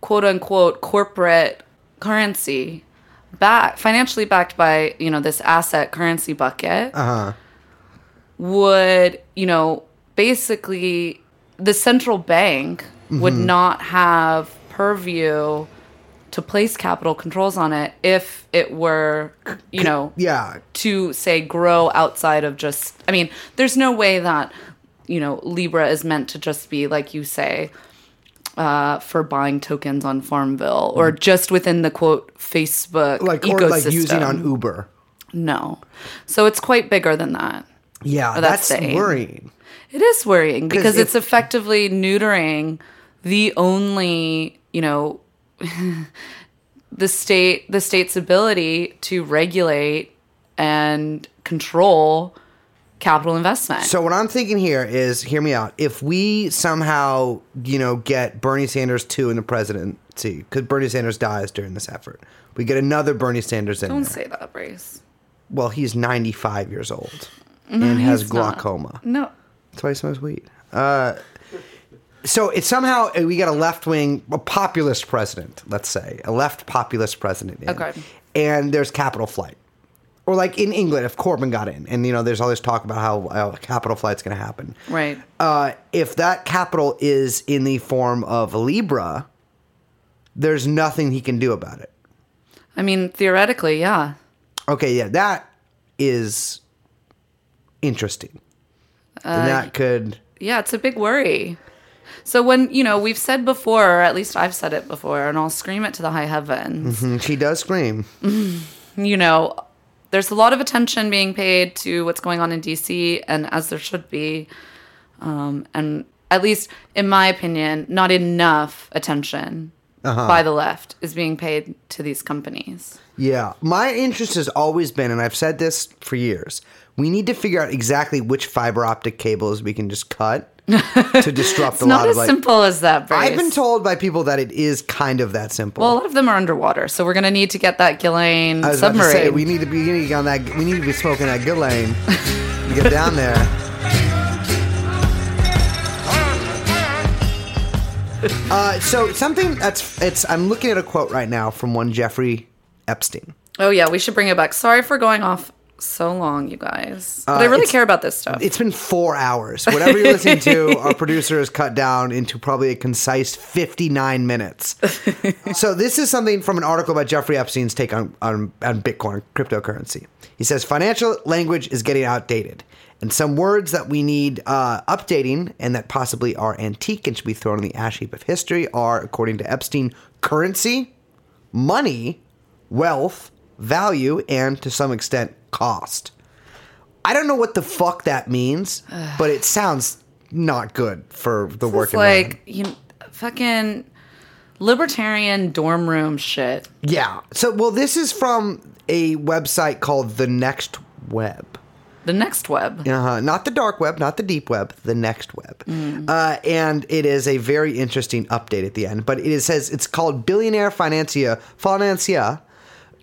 Speaker 1: quote unquote corporate currency back financially backed by, you know, this asset currency bucket would, you know, basically the central bank would not have purview to place capital controls on it if it were, you know,
Speaker 2: Yeah.
Speaker 1: to say grow outside of just i mean there's no way that you know libra is meant to just be like you say uh, for buying tokens on farmville or just within the quote facebook
Speaker 2: Mm-hmm. Like
Speaker 1: ecosystem.
Speaker 2: or like using on Uber.
Speaker 1: no so it's quite bigger than that
Speaker 2: Yeah,
Speaker 1: that's
Speaker 2: that's,
Speaker 1: the aim.
Speaker 2: worrying.
Speaker 1: it is worrying because
Speaker 2: if-
Speaker 1: it's effectively neutering the only, you know, [LAUGHS] the state the state's ability to regulate and control capital investment.
Speaker 2: So what I'm thinking here is, hear me out. If we somehow, you know, get Bernie Sanders two in the presidency, because Bernie Sanders dies during this effort, we get another Bernie Sanders in
Speaker 1: Don't
Speaker 2: there.
Speaker 1: say that, Brace.
Speaker 2: Well, he's 95 years old and has glaucoma.
Speaker 1: No.
Speaker 2: That's why he smokes weed. Uh, so it's somehow uh, we got a left wing, a populist president, let's say, a left populist president. In,
Speaker 1: Okay.
Speaker 2: And there's capital flight. Or like in England, if Corbyn got in, and you know, there's all this talk about how, how capital flight's going to happen.
Speaker 1: Right.
Speaker 2: Uh, if that capital is in the form of Libra, there's nothing he can do about it.
Speaker 1: I mean, theoretically, yeah.
Speaker 2: Okay, yeah, that is interesting.
Speaker 1: Uh,
Speaker 2: and that could.
Speaker 1: Yeah, it's a big worry. So when, you know, we've said before, or at least I've said it before, and I'll scream it to the high heavens.
Speaker 2: Mm, She does scream.
Speaker 1: you know, there's a lot of attention being paid to what's going on in DC, and as there should be. Um, and at least, in my opinion, not enough attention
Speaker 2: Uh-huh.
Speaker 1: by the left is being paid to these companies.
Speaker 2: Yeah. My interest has always been, and I've said this for years, we need to figure out exactly which fiber optic cables we can just cut
Speaker 1: [LAUGHS]
Speaker 2: to disrupt a
Speaker 1: It's not
Speaker 2: lot
Speaker 1: as
Speaker 2: of like.
Speaker 1: simple as that, Bryce.
Speaker 2: I've been told by people that it is kind of that simple.
Speaker 1: Well, a lot of them are underwater, so we're going to need to get that Gillane
Speaker 2: I was about to
Speaker 1: submarine.
Speaker 2: say, we need to be we need to be on that. We need to be smoking that good lane to get down there. Uh, so something that's it's. I'm looking at a quote right now from one Jeffrey Epstein.
Speaker 1: oh, yeah, we should bring it back. Sorry for going off so long, you guys. But I
Speaker 2: Uh,
Speaker 1: really
Speaker 2: it's-
Speaker 1: care about this stuff.
Speaker 2: It's been four hours. Whatever you're listening to, our producer has cut down into probably a concise 59 minutes. so this is something from an article by Jeffrey Epstein's take on, on, on Bitcoin cryptocurrency. He says financial language is getting outdated, and some words that we need uh, updating and that possibly are antique and should be thrown in the ash heap of history are, according to Epstein, currency, money, wealth, value, and to some extent, cost. I don't know what the fuck that means, but it sounds not good for the
Speaker 1: It's
Speaker 2: working man.
Speaker 1: like you know, fucking libertarian dorm room shit.
Speaker 2: Yeah. So, well, this is from a website called The Next Web.
Speaker 1: The next web.
Speaker 2: Uh-huh. Not the dark web, not the deep web, the next web. Uh, and it is a very interesting update at the end. But it says it's called Billionaire Financia, Financia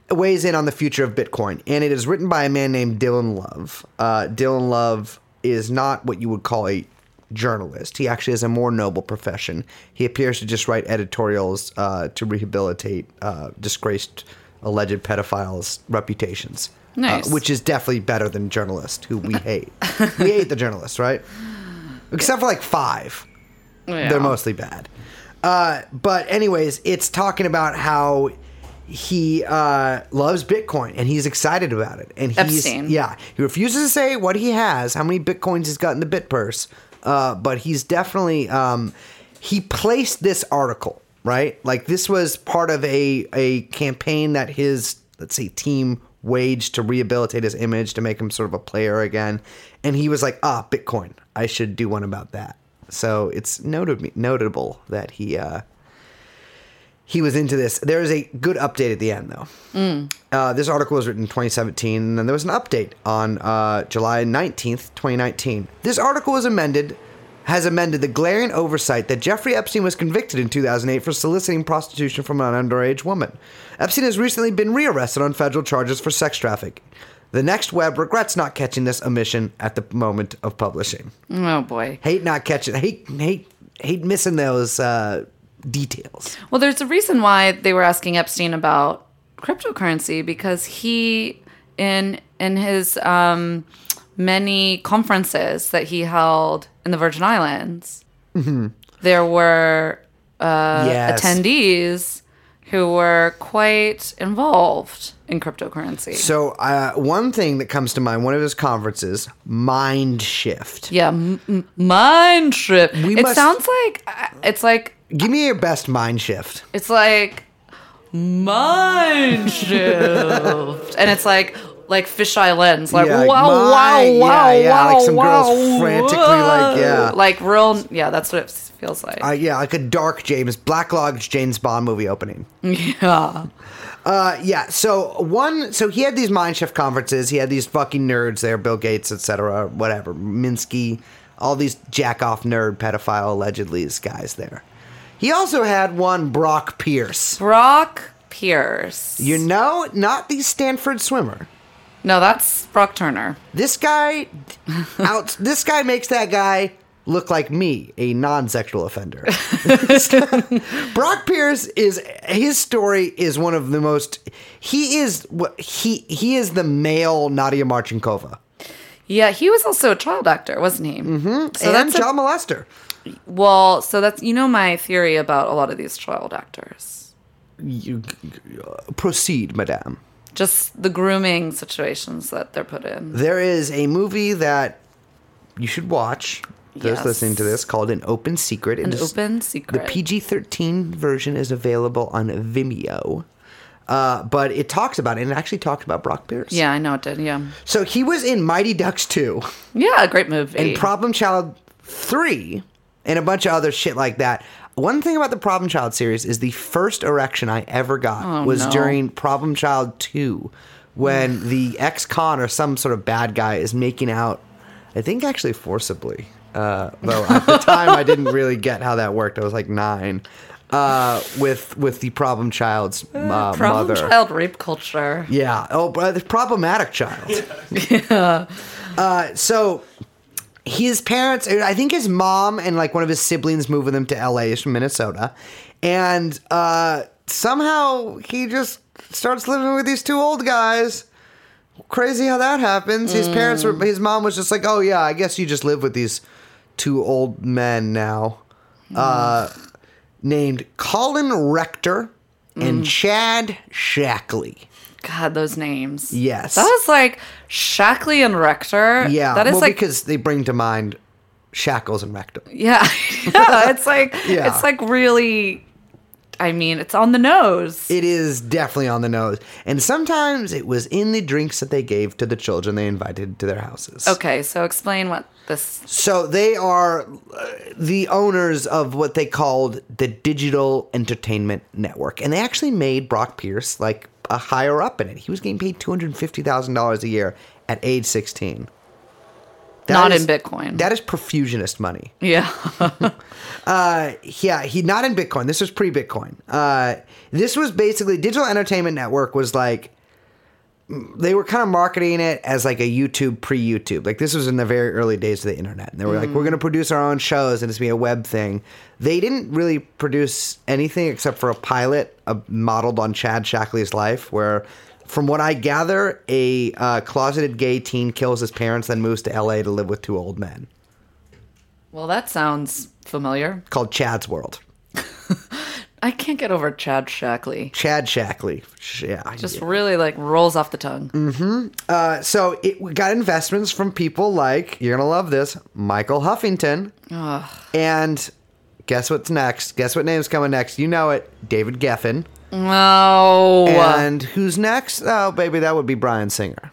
Speaker 2: weighs in on the future of Bitcoin. And it is written by a man named Dylan Love. Uh, Dylan Love is not what you would call a journalist. He actually has a more noble profession. He appears to just write editorials uh, to rehabilitate uh, disgraced alleged pedophiles' reputations. uh,
Speaker 1: Nice.
Speaker 2: which is definitely better than journalists who we hate. we hate the journalists, right? Except for like five.
Speaker 1: Oh, Yeah.
Speaker 2: They're mostly bad. Uh, but anyways, it's talking about how he uh, loves Bitcoin and he's excited about it. And he's
Speaker 1: Epstein.
Speaker 2: yeah, he refuses to say what he has, how many bitcoins he's got in the bit purse. Uh, but he's definitely um, he placed this article right. Like this was part of a a campaign that his let's say team waged to rehabilitate his image to make him sort of a player again. And he was like, ah, Bitcoin. I should do one about that. So it's notab- notable that he uh, he was into this. There is a good update at the end, though. Uh, this article was written in 2017, and then there was an update on uh, July 19th, 2019. This article was amended, has amended the glaring oversight that Jeffrey Epstein was convicted in 2008 for soliciting prostitution from an underage woman. Epstein has recently been rearrested on federal charges for sex trafficking. The Next Web regrets not catching this omission at the moment of publishing.
Speaker 1: Oh boy.
Speaker 2: Hate not catching, hate, hate, hate missing those uh, details.
Speaker 1: Well, there's a reason why they were asking Epstein about cryptocurrency because he, in in his um, many conferences that he held in the Virgin Islands, there were
Speaker 2: Mm-hmm. yes.
Speaker 1: attendees who were quite involved in cryptocurrency.
Speaker 2: So uh, one thing that comes to mind, one of his conferences, Mind Shift.
Speaker 1: yeah, m- m- mind trip.
Speaker 2: We
Speaker 1: it
Speaker 2: must-
Speaker 1: sounds like uh, it's like
Speaker 2: Give me your best Mind Shift.
Speaker 1: it's like mind shift, and it's like like fisheye lens, like
Speaker 2: Yeah,
Speaker 1: wow,
Speaker 2: like
Speaker 1: wow,
Speaker 2: mind-
Speaker 1: wow,
Speaker 2: yeah, yeah,
Speaker 1: wow,
Speaker 2: like some
Speaker 1: wow,
Speaker 2: girls frantically, like,
Speaker 1: whoa.
Speaker 2: yeah.
Speaker 1: like real, yeah, that's what it s- feels like.
Speaker 2: Uh, yeah, like a dark James Blacklock James Bond movie opening.
Speaker 1: [LAUGHS] yeah,
Speaker 2: Uh, yeah. So one, so he had these Mind Shift conferences. He had these fucking nerds there, Bill Gates, etc., whatever, Minsky, all these jack off nerd pedophile allegedly guys there. He also had one Brock Pierce.
Speaker 1: Brock Pierce.
Speaker 2: You know, not the Stanford swimmer.
Speaker 1: no, that's Brock Turner.
Speaker 2: This guy
Speaker 1: [LAUGHS]
Speaker 2: out this guy makes that guy look like me, a
Speaker 1: [LAUGHS]
Speaker 2: non-sexual offender. Brock Pierce is his story is one of the most he is what he he is the male Nadia Marchenkova
Speaker 1: Yeah, he was also a child actor, wasn't he? Mm-hmm. So
Speaker 2: and
Speaker 1: that's a-
Speaker 2: child molester.
Speaker 1: well. So that's you know my theory about a lot of these child actors,
Speaker 2: You, uh, proceed, madame.
Speaker 1: just the grooming situations that they're put in.
Speaker 2: There is a movie that you should watch. Those
Speaker 1: Yes.
Speaker 2: listening to this called An Open Secret. It
Speaker 1: An
Speaker 2: is-
Speaker 1: open
Speaker 2: The
Speaker 1: secret.
Speaker 2: PG 13 version is available on Vimeo. Uh, but it talks about it, and it actually talked about Brock Pierce.
Speaker 1: Yeah, I know it did. Yeah,
Speaker 2: So he was in Mighty Ducks [LAUGHS] 2
Speaker 1: yeah, a great movie.
Speaker 2: and Problem Child 3 and a bunch of other shit like that. One thing about the Problem Child series is the first erection I ever got
Speaker 1: Oh,
Speaker 2: was
Speaker 1: no.
Speaker 2: during Problem Child 2
Speaker 1: [SIGHS]
Speaker 2: when the ex con or some sort of bad guy is making out, I think actually forcibly. Uh, though at
Speaker 1: [LAUGHS]
Speaker 2: the time I didn't really get how that worked. I was like nine. Uh, with with the problem child's uh,
Speaker 1: problem
Speaker 2: mother.
Speaker 1: child rape culture.
Speaker 2: Yeah. Oh, but the problematic child. yeah. [LAUGHS] Uh, so his parents, I think his mom and like one of his siblings move with him to LA. He's from Minnesota. And uh, somehow he just starts living with these two old guys. Crazy how that happens. His parents were, his mom was just like, oh, yeah, I guess you just live with these two old men now. Uh, named Colin Rector and Chad Shackley.
Speaker 1: God, those names.
Speaker 2: Yes.
Speaker 1: that was like Shackley and Rector.
Speaker 2: Yeah,
Speaker 1: that is
Speaker 2: well,
Speaker 1: like
Speaker 2: because they bring to mind shackles and rectum.
Speaker 1: yeah, [LAUGHS] yeah. It's like
Speaker 2: [LAUGHS] Yeah.
Speaker 1: it's like really. I mean, it's on the nose.
Speaker 2: It is definitely on the nose, and sometimes it was in the drinks that they gave to the children they invited to their houses.
Speaker 1: okay, so explain what this.
Speaker 2: so they are uh, the owners of what they called the Digital Entertainment Network, and they actually made Brock Pierce like a higher up in it. He was getting paid two hundred fifty thousand dollars a year at age sixteen.
Speaker 1: Not in
Speaker 2: is-
Speaker 1: Bitcoin.
Speaker 2: That is perfusionist money.
Speaker 1: Yeah, [LAUGHS]
Speaker 2: yeah, he not in Bitcoin. This was pre-Bitcoin. Uh, this was basically Digital Entertainment Network was like they were kind of marketing it as like a YouTube pre-YouTube. Like this was in the very early days of the internet, and they were like, "We're going to produce our own shows, and it's gonna be a web thing." They didn't really produce anything except for a pilot uh, modeled on Chad Shackley's life, where, from what I gather, a uh, closeted gay teen kills his parents, then moves to LA to live with two old men
Speaker 1: well, that sounds familiar.
Speaker 2: called Chad's World.
Speaker 1: I can't get over Chad Shackley.
Speaker 2: Chad Shackley, Sh- yeah, Mm.
Speaker 1: Just really like rolls off the tongue.
Speaker 2: so it got investments from people like you're gonna love this Michael Huffington, and guess what's next? Guess what name's coming next? You know it, David Geffen,
Speaker 1: No,
Speaker 2: and who's next? Oh, baby, that would be Brian Singer.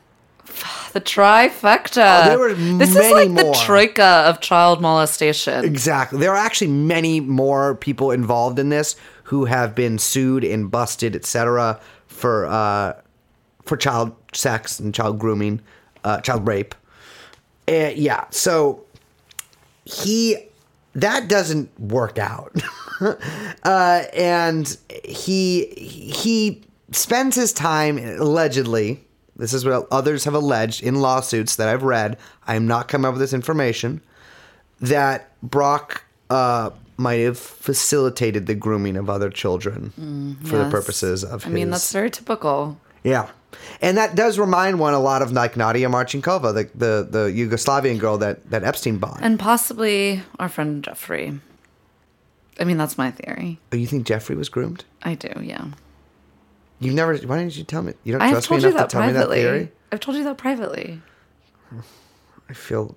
Speaker 1: The trifecta.
Speaker 2: Oh, there were
Speaker 1: this is
Speaker 2: many
Speaker 1: like
Speaker 2: more.
Speaker 1: the troika of child molestation.
Speaker 2: Exactly. There are actually many more people involved in this who have been sued and busted, etc., for uh, for child sex and child grooming, uh, child rape. Uh, yeah. So he that doesn't work out, [LAUGHS] uh, and he he spends his time allegedly. This is what others have alleged in lawsuits that I've read. I am not coming up with this information that Brock uh, might have facilitated the grooming of other children for
Speaker 1: Mm,
Speaker 2: the
Speaker 1: Yes.
Speaker 2: purposes of.
Speaker 1: I mean,
Speaker 2: his-
Speaker 1: that's very typical.
Speaker 2: yeah, and that does remind one a lot of like Nadia Marchinkova, the the, the Yugoslavian girl that that Epstein bought.
Speaker 1: And possibly our friend Jeffrey. I mean, that's my theory.
Speaker 2: oh, you think Jeffrey was groomed?
Speaker 1: I do, yeah.
Speaker 2: You've never. Why didn't you tell me? You don't
Speaker 1: I have
Speaker 2: trust me
Speaker 1: told you
Speaker 2: enough to
Speaker 1: that
Speaker 2: tell
Speaker 1: privately.
Speaker 2: me that theory.
Speaker 1: I've told you that privately.
Speaker 2: I feel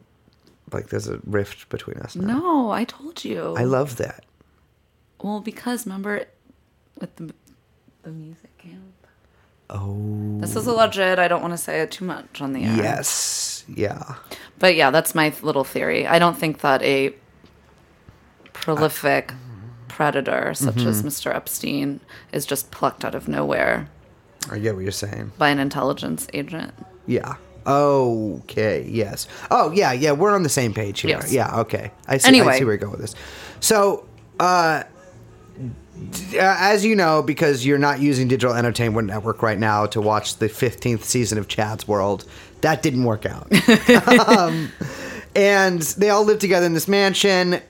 Speaker 2: like there's a rift between us. Now.
Speaker 1: No, I told you.
Speaker 2: I love that.
Speaker 1: well, because remember with the, the music camp. Oh. This is alleged. I don't want to say it too much on the air.
Speaker 2: Yes. Yeah.
Speaker 1: But yeah, that's my little theory. I don't think that a prolific predator such as Mr. Epstein is just plucked out of nowhere
Speaker 2: I get what you're saying.
Speaker 1: by an intelligence agent.
Speaker 2: Yeah. Okay. Yes. Oh, yeah. Yeah. We're on the same page here.
Speaker 1: Yes.
Speaker 2: Yeah. Okay. I see. I
Speaker 1: Anyway.
Speaker 2: see where you're going with this. So, uh, d- uh, as you know, because you're not using Digital Entertainment Network right now to watch the 15th season of Chad's World, that didn't
Speaker 1: [LAUGHS]
Speaker 2: work out. um, and they all live together in this mansion.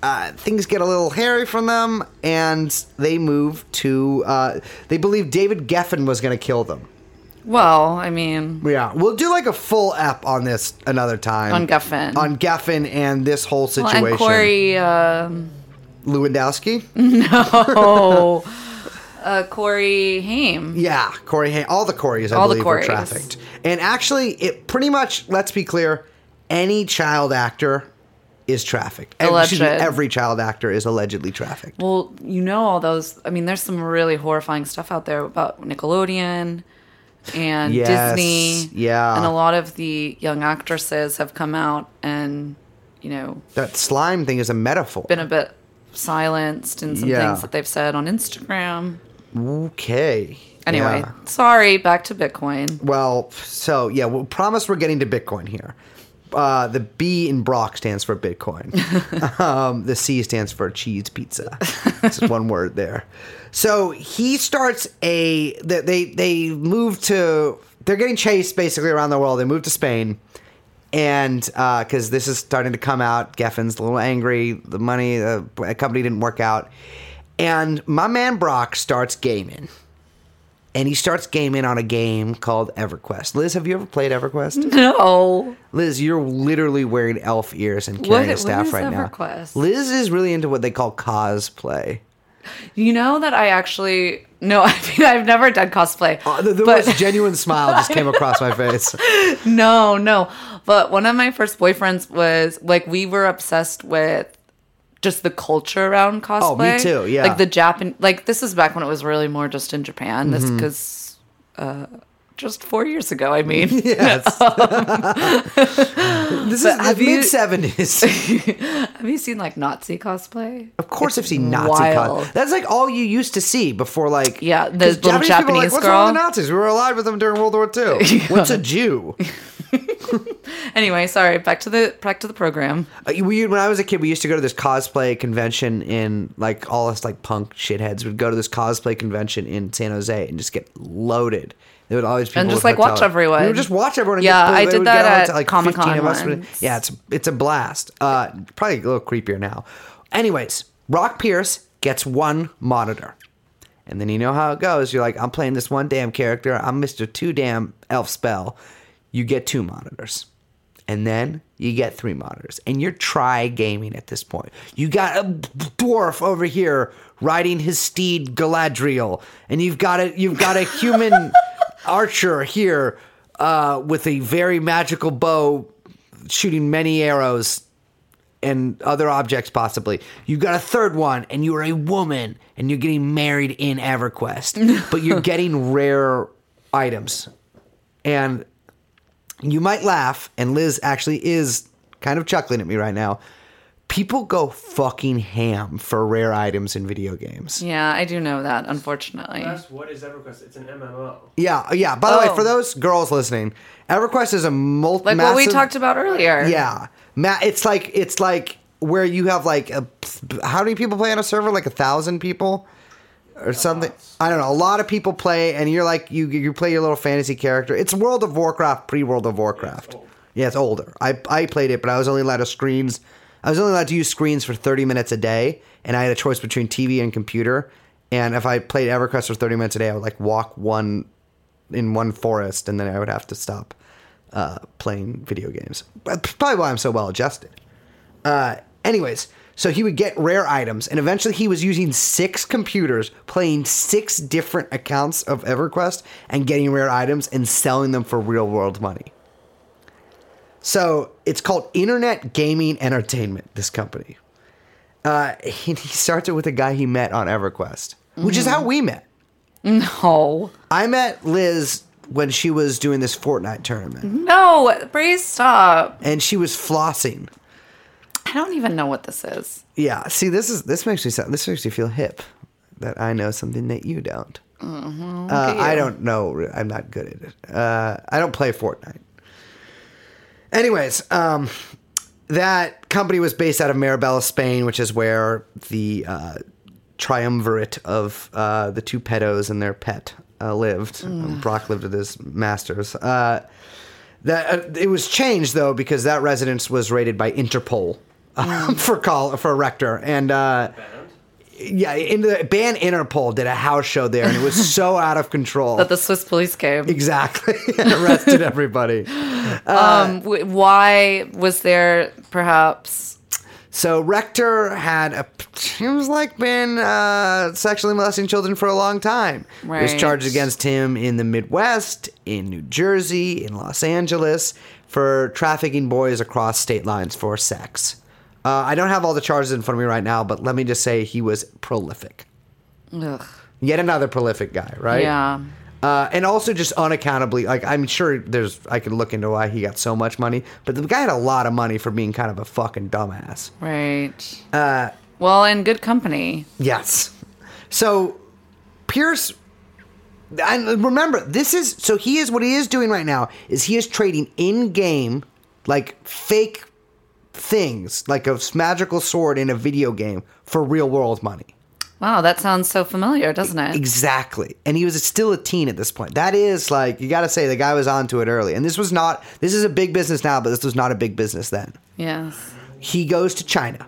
Speaker 2: Uh, things get a little hairy from them, and they move to. Uh, they believe David Geffen was going to kill them.
Speaker 1: Well, I mean,
Speaker 2: Yeah, we'll do like a full ep on this another time.
Speaker 1: on Guffin.
Speaker 2: On Geffen and this whole
Speaker 1: well,
Speaker 2: situation.
Speaker 1: and Corey, Mm-hmm. um,
Speaker 2: Lewandowski?
Speaker 1: oh, uh, Corey Haim.
Speaker 2: Yeah, Corey. Hay- all the Corys, I
Speaker 1: All the
Speaker 2: believe, were
Speaker 1: Corys.
Speaker 2: trafficked. And actually, it pretty much, let's be clear, any child actor is trafficked. Ev- excuse me,
Speaker 1: Alleged.
Speaker 2: every child actor is allegedly trafficked.
Speaker 1: Well, you know all those. I mean, there's some really horrifying stuff out there about Nickelodeon and
Speaker 2: Yes,
Speaker 1: Disney.
Speaker 2: yeah.
Speaker 1: And a lot of the young actresses have come out and, you know,
Speaker 2: that slime thing is a metaphor.
Speaker 1: been a bit silenced in some
Speaker 2: Yeah.
Speaker 1: things that they've said on Instagram.
Speaker 2: okay.
Speaker 1: Anyway,
Speaker 2: Yeah.
Speaker 1: sorry, back to
Speaker 2: [LAUGHS]
Speaker 1: Bitcoin.
Speaker 2: Well, so yeah, we promise we're getting to Bitcoin here. Uh, the B in Brock stands for Bitcoin. um, the C stands for cheese pizza. It's just one word there. So he starts a. They they, they move to. They're getting chased basically around the world. They move to Spain, and because this is starting to come out, Geffen's a little angry. The money, uh, the company didn't work out, and my man Brock starts gaming and he starts gaming on a game called EverQuest. Liz, have you ever played EverQuest?
Speaker 1: No.
Speaker 2: Liz, you're literally wearing elf ears and
Speaker 1: What-
Speaker 2: carrying a
Speaker 1: what
Speaker 2: staff
Speaker 1: is
Speaker 2: right
Speaker 1: EverQuest?
Speaker 2: now. Liz is really into what they call cosplay.
Speaker 1: You know that I actually no, [LAUGHS] I mean I've never done cosplay.
Speaker 2: Uh, the the
Speaker 1: but
Speaker 2: most genuine smile just came across my face.
Speaker 1: no, no. But one of my first boyfriends was like we were obsessed with just the culture around cosplay.
Speaker 2: Oh, me too, yeah.
Speaker 1: Like the Japan like this is back when it was really more just in Japan. This
Speaker 2: Mm-hmm.
Speaker 1: because uh just four years ago, I
Speaker 2: [LAUGHS]
Speaker 1: mean.
Speaker 2: Yes. [LAUGHS] this is the
Speaker 1: have you- [LAUGHS]
Speaker 2: mid seventies.
Speaker 1: [LAUGHS] Have you seen like Nazi cosplay?
Speaker 2: Of course, I've seen Nazi
Speaker 1: wild.
Speaker 2: cosplay. That's like all you used to see before, like
Speaker 1: Yeah, the
Speaker 2: 'cause
Speaker 1: little
Speaker 2: people are like,
Speaker 1: Japanese
Speaker 2: What's wrong with the
Speaker 1: girl?"
Speaker 2: Nazis? We were alive with them during World War
Speaker 1: [LAUGHS]
Speaker 2: II. What's a Jew?
Speaker 1: Anyway, sorry, back to the back to the program.
Speaker 2: Uh, We, when I was a kid, we used to go to this cosplay convention in like all us like punk shitheads would go to this cosplay convention in San Jose and just get loaded. They would always people
Speaker 1: And just,
Speaker 2: would
Speaker 1: like, watch
Speaker 2: hotel-
Speaker 1: everyone.
Speaker 2: We would just watch everyone. And
Speaker 1: Yeah,
Speaker 2: get,
Speaker 1: I
Speaker 2: they
Speaker 1: did
Speaker 2: would
Speaker 1: that
Speaker 2: get on
Speaker 1: at
Speaker 2: to, like,
Speaker 1: Comic-Con
Speaker 2: 15 of us.
Speaker 1: once.
Speaker 2: Yeah, it's it's a blast. Uh, probably a little creepier now. Anyways, Rock Pierce gets one monitor. And then you know how it goes. You're like, I'm playing this one damn character. I'm Mr. Two Damn Elf Spell. You get two monitors. And then you get three monitors. And you're tri gaming at this point. You got a dwarf over here riding his steed Galadriel. And you've got a you've got a human archer here uh, with a very magical bow shooting many arrows and other objects possibly. You've got a third one, and you are a woman, and you're getting married in EverQuest, but you're getting rare items, and you might laugh, and Liz actually is kind of chuckling at me right now. People go fucking ham for rare items in video games.
Speaker 1: Yeah, I do know that, unfortunately.
Speaker 3: That's what is EverQuest? It's an MMO.
Speaker 2: Yeah, yeah. By the way,
Speaker 1: Oh.
Speaker 2: for those girls listening, EverQuest is a multi.
Speaker 1: Like what we talked about earlier.
Speaker 2: Yeah, Matt. It's like it's like where you have like a, how many people play on a server? Like a thousand people or something. I don't know. A lot of people play, and you're like you you play your little fantasy character. It's World of Warcraft pre World of Warcraft. Yeah, it's older. I I played it, but I was only allowed to screens. I was only allowed to use screens for 30 minutes a day, and I had a choice between TV and computer. And if I played EverQuest for 30 minutes a day, I would like walk one in one forest, and then I would have to stop uh, playing video games. That's probably why I'm so well adjusted. Uh, anyways, so he would get rare items, and eventually he was using six computers, playing six different accounts of EverQuest, and getting rare items and selling them for real world money. So it's called Internet Gaming Entertainment. This company. Uh, [LAUGHS] he, he starts it with a guy he met on EverQuest, which is how we met.
Speaker 1: Oh.
Speaker 2: I met Liz when she was doing this
Speaker 1: Mm-hmm.
Speaker 2: Fortnite tournament,
Speaker 1: No, please stop.
Speaker 2: and she was flossing.
Speaker 1: I don't even know what this is.
Speaker 2: Yeah. See, this is this makes me sound, this makes me feel hip that I know something that you don't. Uh, I don't know. re- I'm not good at it. Uh, I don't play Fortnite. Anyways, um, that company was based out of Maribel, Spain, which is where the uh, triumvirate of uh, the two pedos and their pet uh, lived.
Speaker 1: Mm.
Speaker 2: Brock lived with his masters. Uh, that uh, it was changed though because that residence was raided by Interpol um,
Speaker 1: Mm.
Speaker 2: [LAUGHS] for call for Rector and. Uh, yeah, in the band Interpol did a house show there, and it was
Speaker 1: [LAUGHS]
Speaker 2: so out of control.
Speaker 1: That the Swiss police came.
Speaker 2: exactly, [LAUGHS] and arrested everybody.
Speaker 1: [LAUGHS] Um, w- why was there perhaps?
Speaker 2: So Rector had a seems like been uh, sexually molesting children for a long time. There's
Speaker 1: Right.
Speaker 2: charges against him in the Midwest, in New Jersey, in Los Angeles for trafficking boys across state lines for sex. Uh, I don't have all the charges in front of me right now, but let me just say he was prolific.
Speaker 1: Ugh.
Speaker 2: Yet another prolific guy, right?
Speaker 1: Yeah.
Speaker 2: Uh, and also just unaccountably, like I'm sure there's, I could look into why he got so much money, but the guy had a lot of money for being kind of a fucking dumbass.
Speaker 1: Right. Uh, well, in good company.
Speaker 2: Yes. So Pierce and remember, this is so he is what he is doing right now is he is trading in game like fake things, like a magical sword in a video game for real world money.
Speaker 1: Wow, that sounds so
Speaker 2: e-,
Speaker 1: familiar, doesn't it?
Speaker 2: Exactly. And he was still a teen at this point. That is like you got to say the guy was onto it early. And this was not this is a big business now, but this was not a big business then.
Speaker 1: Yes.
Speaker 2: He goes to China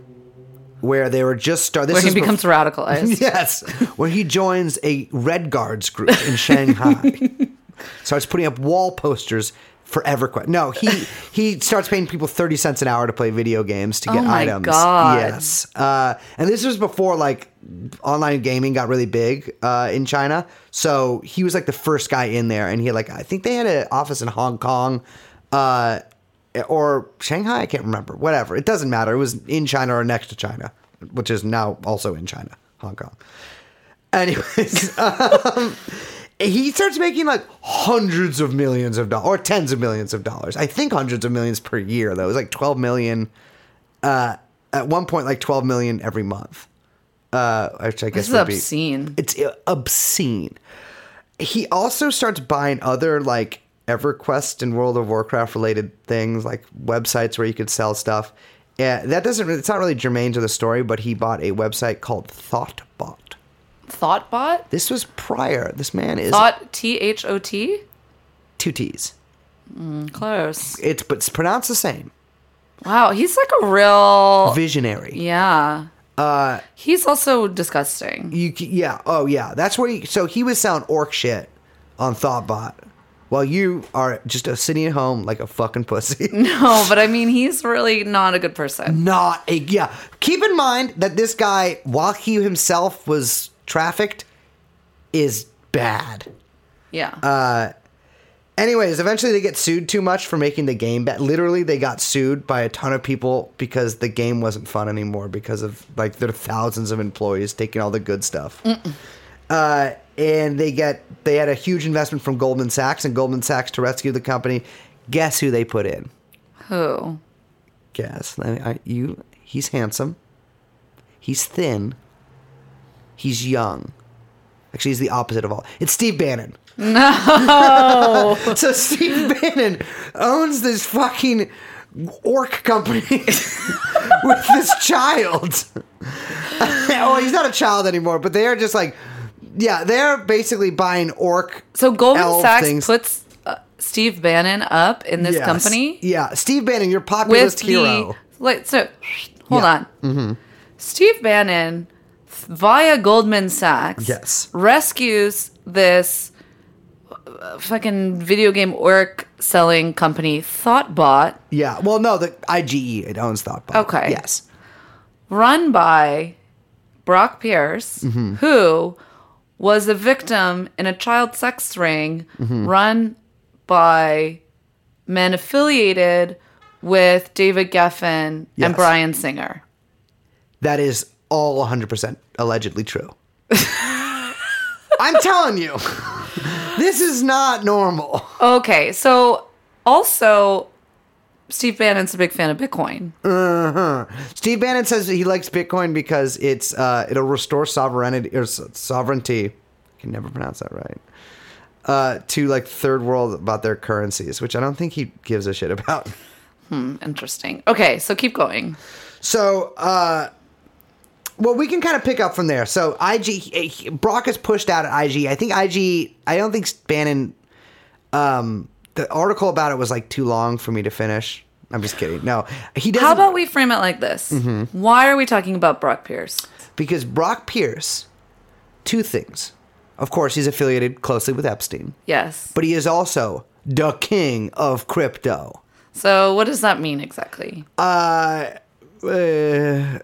Speaker 2: where they were just starting
Speaker 1: Where he becomes [LAUGHS] radicalized.
Speaker 2: [LAUGHS] Yes, where he joins a Red Guards group in Shanghai. starts putting up wall posters for EverQuest. No, he he starts paying people thirty cents an hour to play video games to get
Speaker 1: Oh my
Speaker 2: items.
Speaker 1: God.
Speaker 2: Yes, uh, and this was before like online gaming got really big uh, in China. So he was like the first guy in there, and he had like I think they had an office in Hong Kong. Uh, or Shanghai, I can't remember. Whatever. It doesn't matter. It was in China or next to China, which is now also in China, Hong Kong. Anyways, um, he starts making like hundreds of millions of dollars or tens of millions of dollars. I think hundreds of millions per year, though. It was like 12 million, uh, at one point, like 12 million every month. Uh, which I guess
Speaker 1: This is
Speaker 2: would be-
Speaker 1: obscene.
Speaker 2: it's uh, obscene. He also starts buying other like EverQuest and World of Warcraft related things, like websites where you could sell stuff. Yeah, that doesn't. It's not really germane to the story, but he bought a website called Thoughtbot.
Speaker 1: Thoughtbot?
Speaker 2: This was prior. This man is
Speaker 1: Thought T H O T?
Speaker 2: two T's.
Speaker 1: Close.
Speaker 2: It's but it's pronounced the same.
Speaker 1: Wow, he's like a real.
Speaker 2: Visionary.
Speaker 1: Yeah. Uh, he's also
Speaker 2: [LAUGHS]
Speaker 1: disgusting.
Speaker 2: You c- yeah oh yeah that's where he so he was selling orc shit on Thoughtbot while you are just uh, sitting at home like a fucking pussy.
Speaker 1: [LAUGHS] No, but I mean, he's really not a good person.
Speaker 2: not a yeah. Keep in mind that this guy, while he himself was trafficked, is bad.
Speaker 1: Yeah.
Speaker 2: uh, Anyways, eventually they get sued too much for making the game bad. Literally, they got sued by a ton of people because the game wasn't fun anymore because of like their thousands of employees taking all the good stuff. Uh, and they get they had a huge investment from Goldman Sachs, and Goldman Sachs to rescue the company Guess who they put in?
Speaker 1: Who?
Speaker 2: Guess I, I, you. He's handsome. He's thin. He's young. Actually, he's the opposite of all. It's Steve Bannon. No. [LAUGHS] so Steve Bannon owns this fucking orc company [LAUGHS] with this child. [LAUGHS] oh, he's not a child anymore, but they are just like, yeah, they're basically buying orc.
Speaker 1: So Goldman
Speaker 2: elf
Speaker 1: Sachs
Speaker 2: things.
Speaker 1: puts uh, Steve Bannon up in this
Speaker 2: Yes.
Speaker 1: company
Speaker 2: Yeah, Steve Bannon, your
Speaker 1: with
Speaker 2: populist
Speaker 1: the
Speaker 2: hero.
Speaker 1: like. So hold
Speaker 2: Yeah.
Speaker 1: on. Mm-hmm. Steve Bannon via Goldman Sachs
Speaker 2: Yes.
Speaker 1: rescues this uh, fucking video game orc selling company Thoughtbot
Speaker 2: Yeah. Well, no, the IGE it owns Thoughtbot.
Speaker 1: Okay.
Speaker 2: Yes.
Speaker 1: run by Brock Pierce,
Speaker 2: Mm-hmm.
Speaker 1: who was a victim in a child sex ring
Speaker 2: Mm-hmm.
Speaker 1: run by men affiliated with David Geffen
Speaker 2: Yes.
Speaker 1: and Brian Singer.
Speaker 2: That is all 100% allegedly true. [LAUGHS] I'm telling you, this is not normal.
Speaker 1: Okay, so also Steve Bannon's a big fan of Bitcoin.
Speaker 2: Steve Bannon says that he likes Bitcoin because it's uh, it'll restore sovereignty or so- sovereignty. I can never pronounce that right. Uh, to like third world about their currencies, which I don't think he gives a shit about. Mm.
Speaker 1: Interesting. Okay, so keep going.
Speaker 2: So, uh, well, we can kind of pick up from there. So, IG eh, Brock is pushed out at IG. I think IG. I don't think Bannon. Um, the article about it was like too long for me to finish. I'm just kidding. No, he doesn't.
Speaker 1: How about we frame it like this?
Speaker 2: Mm-hmm.
Speaker 1: Why are we talking about Brock Pierce?
Speaker 2: because Brock Pierce? Two things. Of course, he's affiliated closely with Epstein,
Speaker 1: Yes.
Speaker 2: but he is also the king of crypto.
Speaker 1: So, what does that mean exactly?
Speaker 2: Uh, this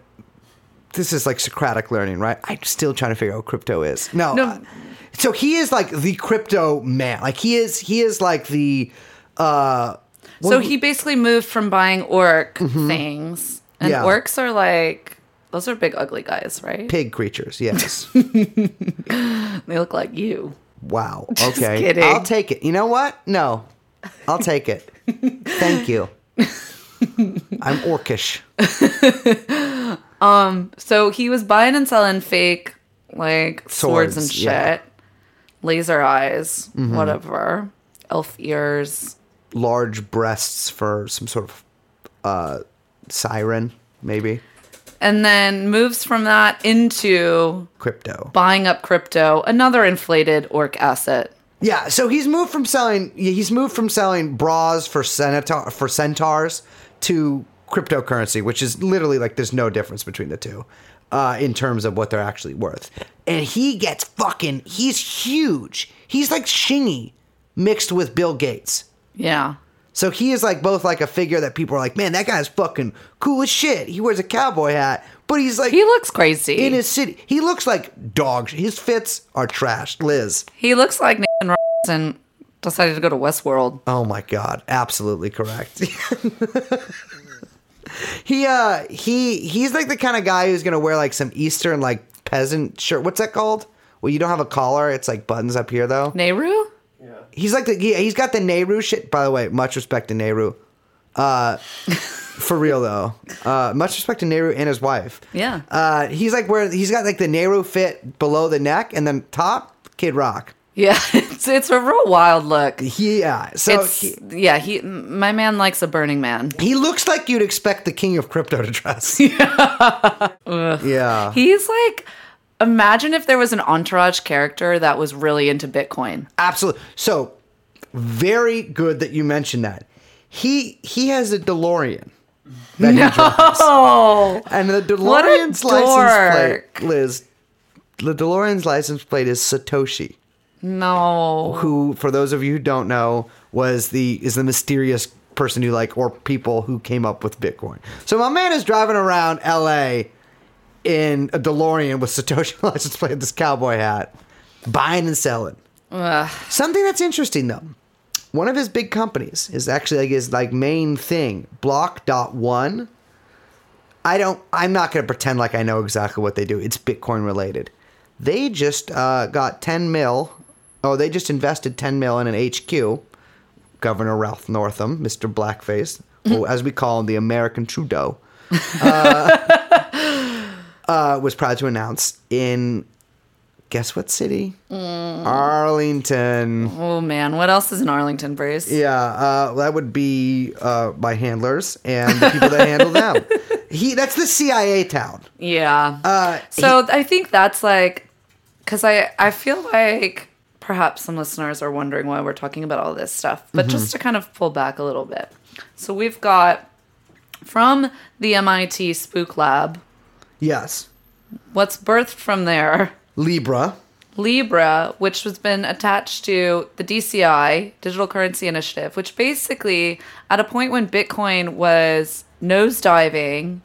Speaker 2: is like Socratic learning, right? I'm still trying to figure out what crypto is. No.
Speaker 1: No.
Speaker 2: uh, so he is like the crypto man. Like he is he is like the uh
Speaker 1: So he basically moved from buying orc things, and
Speaker 2: Mm-hmm. Yeah.
Speaker 1: orcs are like those are big ugly guys, right?
Speaker 2: pig
Speaker 1: [LAUGHS]
Speaker 2: creatures. Yes.
Speaker 1: They look like you.
Speaker 2: wow. Okay.
Speaker 1: Just kidding.
Speaker 2: I'll take it. You know what? No. I'll take it.
Speaker 1: [LAUGHS]
Speaker 2: Thank you. I'm orcish.
Speaker 1: So he was buying and selling fake like swords,
Speaker 2: Swords,
Speaker 1: and shit,
Speaker 2: yeah. Mm-hmm.
Speaker 1: laser eyes, whatever, elf ears.
Speaker 2: Large breasts for some sort of uh siren maybe.
Speaker 1: And then moves from that into
Speaker 2: Crypto.
Speaker 1: buying up crypto, another inflated orc asset.
Speaker 2: Yeah, so he's moved from selling yeah, he's moved from selling bras for centaur for centaurs to cryptocurrency, which is literally like there's no difference between the two uh, in terms of what they're actually worth. And he gets fucking he's huge. He's like Shingy mixed with Bill Gates.
Speaker 1: Yeah.
Speaker 2: So he is like both like a figure that people are like, man, that guy's fucking cool as shit. He wears a cowboy hat, but he's like
Speaker 1: He looks crazy.
Speaker 2: in his city. He looks like dog. sh- His fits are trashed. Liz.
Speaker 1: he looks like Nathan Robinson decided to go to Westworld.
Speaker 2: Oh my god, absolutely correct. [LAUGHS] he uh he he's like the kind of guy who's gonna wear like some Eastern like peasant shirt. What's that called? Well, you don't have a collar. It's like buttons up here though.
Speaker 1: Nehru?
Speaker 2: He's like the yeah, he's got the Nehru shit. By the way, much respect to Nehru. Uh, for real though, uh, much respect to Nehru and his wife.
Speaker 1: Yeah.
Speaker 2: Uh, he's like where he's got like the Nehru fit below the neck and then top Kid Rock.
Speaker 1: Yeah, [LAUGHS] it's, it's a real wild look.
Speaker 2: Yeah, so
Speaker 1: It's,
Speaker 2: he-
Speaker 1: yeah, he my man likes a burning man.
Speaker 2: He looks like you'd expect the king of crypto
Speaker 1: [LAUGHS]
Speaker 2: to dress. yeah.
Speaker 1: He's like imagine if there was an entourage character that was really into Bitcoin.
Speaker 2: Absolutely. So, very good that you mentioned that. He he has a DeLorean that he drives.
Speaker 1: Oh,
Speaker 2: And the
Speaker 1: What a
Speaker 2: DeLorean's license
Speaker 1: dork.
Speaker 2: plate, Liz, the DeLorean's license plate is Satoshi,
Speaker 1: no.
Speaker 2: who for those of you who don't know, was the is the mysterious person who like or people who came up with Bitcoin. So my man is driving around LA in a DeLorean with Satoshi [LAUGHS] license plate, and this cowboy hat, buying and selling. Something that's interesting though. One of his big companies is actually like his like main thing, Block Dot One. I don't. I'm not going to pretend like I know exactly what they do. It's Bitcoin related. They just uh, got 10 mil. Oh, they just invested 10 mil in an HQ, Governor Ralph Northam, Mr. Blackface, or as we call him, the American Trudeau, uh, uh, was proud to announce in guess what city? Arlington.
Speaker 1: Oh man, what else is in Arlington, Bruce?
Speaker 2: Yeah, uh, that would be uh, my handlers and the people that handle them. He that's the CIA town.
Speaker 1: Yeah.
Speaker 2: Uh,
Speaker 1: so I think that's like, because I I feel like perhaps some listeners are wondering why we're talking about all this stuff, but
Speaker 2: Mm-hmm.
Speaker 1: just to kind of pull back a little bit. So we've got from the MIT Spook Lab.
Speaker 2: yes,
Speaker 1: What's birthed from there?
Speaker 2: Libra.
Speaker 1: Libra, which has been attached to the DCI, Digital Currency Initiative, which basically, at a point when Bitcoin was nosediving,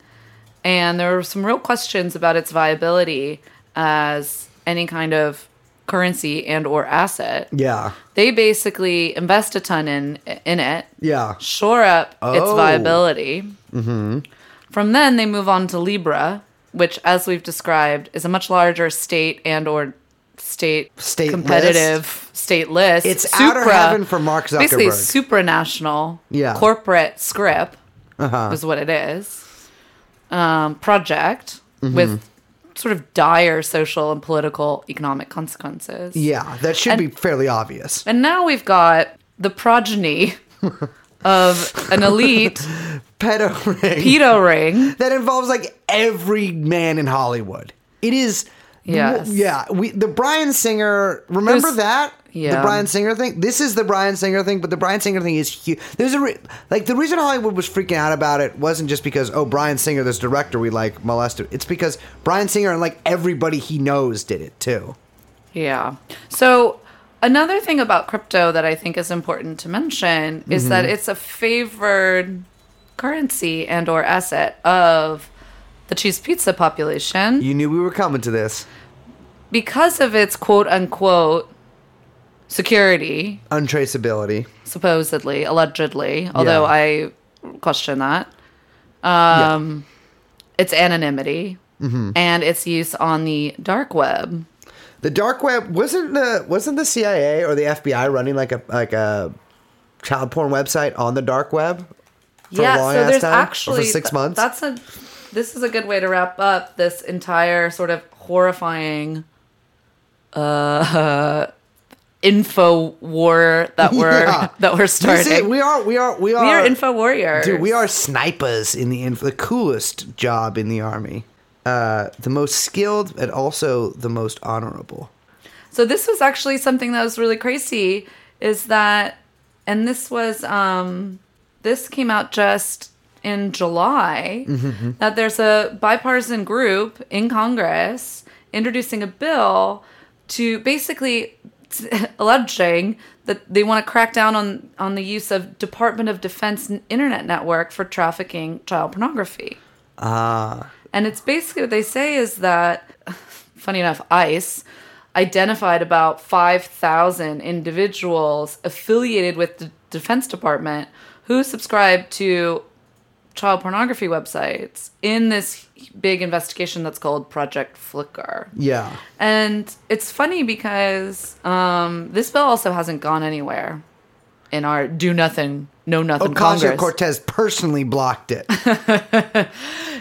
Speaker 1: and there were some real questions about its viability as any kind of currency and or asset.
Speaker 2: Yeah,
Speaker 1: They basically invest a ton in in it,
Speaker 2: yeah.
Speaker 1: shore up its
Speaker 2: Oh. Mm-hmm.
Speaker 1: viability. From then, they move on to Libra, which, as we've described, is a much larger state and or state,
Speaker 2: State
Speaker 1: competitive state list.
Speaker 2: It's outer heaven for Mark
Speaker 1: Basically,
Speaker 2: Zuckerberg.
Speaker 1: supranational
Speaker 2: Yeah. Uh-huh.
Speaker 1: corporate script is what it is. Um, project
Speaker 2: Mm-hmm.
Speaker 1: with sort of dire social and political economic consequences.
Speaker 2: Yeah, that should be
Speaker 1: And-
Speaker 2: fairly obvious.
Speaker 1: And now we've got the
Speaker 2: [LAUGHS]
Speaker 1: progeny of an elite
Speaker 2: Pedo ring
Speaker 1: pedo ring.
Speaker 2: that involves like every man in Hollywood. It is.
Speaker 1: Yes.
Speaker 2: Yeah. We the Brian Singer. Remember
Speaker 1: There's-
Speaker 2: that?
Speaker 1: Yeah.
Speaker 2: The Brian Singer thing. This is the Brian Singer thing, but the Brian Singer thing is huge. There's a re- like the reason Hollywood was freaking out about it wasn't just because oh Brian Singer, this director we like molested. It's because Brian Singer and like everybody he knows did it too.
Speaker 1: Yeah. So another thing about crypto that I think is important to mention is that it's a favored currency and or asset of the cheese pizza population
Speaker 2: You knew we were coming to this.
Speaker 1: because of its quote unquote security
Speaker 2: Untraceability.
Speaker 1: supposedly, allegedly, although I question that. Um, Its anonymity and its use on the dark web.
Speaker 2: The dark web wasn't the wasn't the CIA or the FBI running like a like a child porn website on the dark web for a long ass time or for six
Speaker 1: th-
Speaker 2: months.
Speaker 1: That's a. This is a good way to wrap up this entire sort of horrifying, uh, [LAUGHS] info war that we're
Speaker 2: [LAUGHS] Yeah.
Speaker 1: that we're
Speaker 2: This is-
Speaker 1: starting.
Speaker 2: we are we are we are
Speaker 1: we are info warriors.
Speaker 2: dude. We are snipers in the inf- the coolest job in the army, uh, the most skilled and also the most honorable.
Speaker 1: So this was actually something that was really crazy is that and this was um this came out just in July that there's a bipartisan group in Congress introducing a bill to basically [LAUGHS] alleging that they want to crack down on on the use of Department of Defense internet network for trafficking child pornography. And it's basically what they say is that, funny enough, ICE identified about 5,000 individuals affiliated with the Defense Department who subscribe to child pornography websites in this big investigation that's called Project Flickr.
Speaker 2: Yeah,
Speaker 1: And it's funny because um, this bill also hasn't gone anywhere in our do nothing, know nothing
Speaker 2: Ocasio
Speaker 1: Congress.
Speaker 2: Cortez personally blocked
Speaker 1: [LAUGHS]
Speaker 2: it.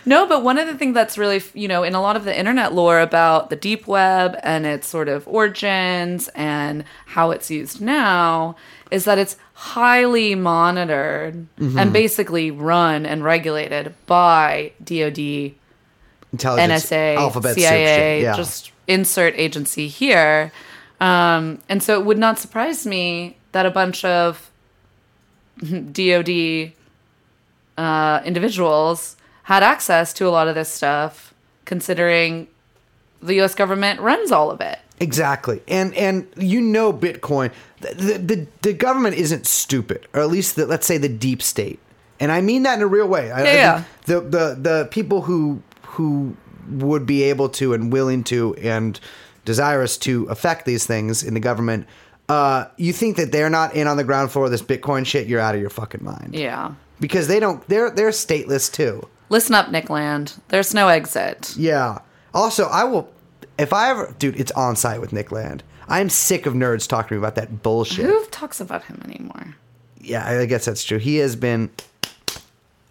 Speaker 1: No, but one of the things that's really, you know, in a lot of the internet lore about the deep web and its sort of origins and how it's used now is that it's highly monitored and basically run and regulated by DoD,
Speaker 2: Intelligence,
Speaker 1: NSA,
Speaker 2: alphabet soup
Speaker 1: CIA,
Speaker 2: shit. Yeah.
Speaker 1: just insert agency here. Um, and so it would not surprise me that a bunch of [LAUGHS] DoD uh, individuals had access to a lot of this stuff, considering the U.S. government runs all of it.
Speaker 2: Exactly, and and you know Bitcoin, the the, the government isn't stupid, or at least the, let's say the deep state, and I mean that in a real way. I, I
Speaker 1: Yeah,
Speaker 2: think The the the people who who would be able to and willing to and desirous to affect these things in the government, uh, you think that they're not in on the ground floor of this Bitcoin shit? You're out of your fucking mind.
Speaker 1: Yeah.
Speaker 2: because they don't. They're they're stateless too.
Speaker 1: Listen up, Nick Land. There's no exit.
Speaker 2: Yeah. Also, I will. If I ever, dude, it's on site with Nick Land. I'm sick of nerds talking to me about that bullshit.
Speaker 1: Who talks about him anymore?
Speaker 2: yeah, I guess that's true. He has been.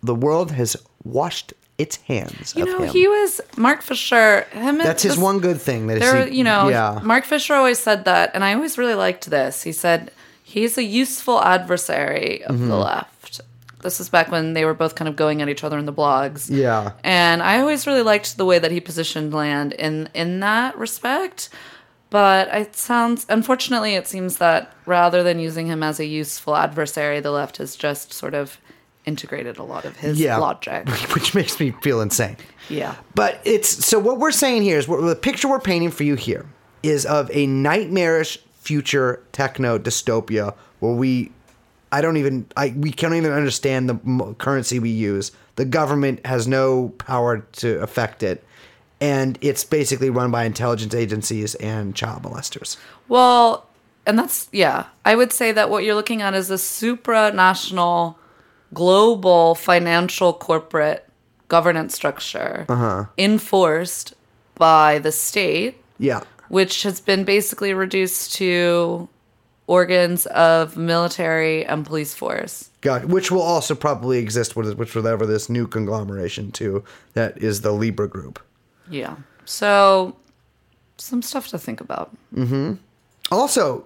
Speaker 2: The world has washed its hands.
Speaker 1: You
Speaker 2: of
Speaker 1: know,
Speaker 2: him.
Speaker 1: he was Mark Fisher. Him and
Speaker 2: That's his
Speaker 1: this-
Speaker 2: one good thing. That
Speaker 1: There,
Speaker 2: he,
Speaker 1: you know,
Speaker 2: yeah,
Speaker 1: Mark Fisher always said that, and I always really liked this. He said he's a useful adversary of
Speaker 2: Mm-hmm.
Speaker 1: the left. This is back when they were both kind of going at each other in the blogs.
Speaker 2: yeah.
Speaker 1: And I always really liked the way that he positioned land in in that respect. But it sounds unfortunately it seems that rather than using him as a useful adversary, the left has just sort of integrated a lot of his
Speaker 2: Yeah.
Speaker 1: logic.
Speaker 2: [LAUGHS] which makes me feel insane. [LAUGHS]
Speaker 1: Yeah.
Speaker 2: But it's so what we're saying here is what, the picture we're painting for you here is of a nightmarish future techno dystopia where we I don't even I we can't even understand the mo- currency we use. The government has no power to affect it. And it's basically run by intelligence agencies and child molesters.
Speaker 1: Well, and that's yeah. I would say that what you're looking at is a supranational, global financial corporate governance structure
Speaker 2: Uh-huh.
Speaker 1: enforced by the state,
Speaker 2: Yeah.
Speaker 1: which has been basically reduced to organs of military and police force.
Speaker 2: God, which will also probably exist with which whatever this new conglomeration too that is the Libra group.
Speaker 1: Yeah. So, some stuff to think about.
Speaker 2: Also,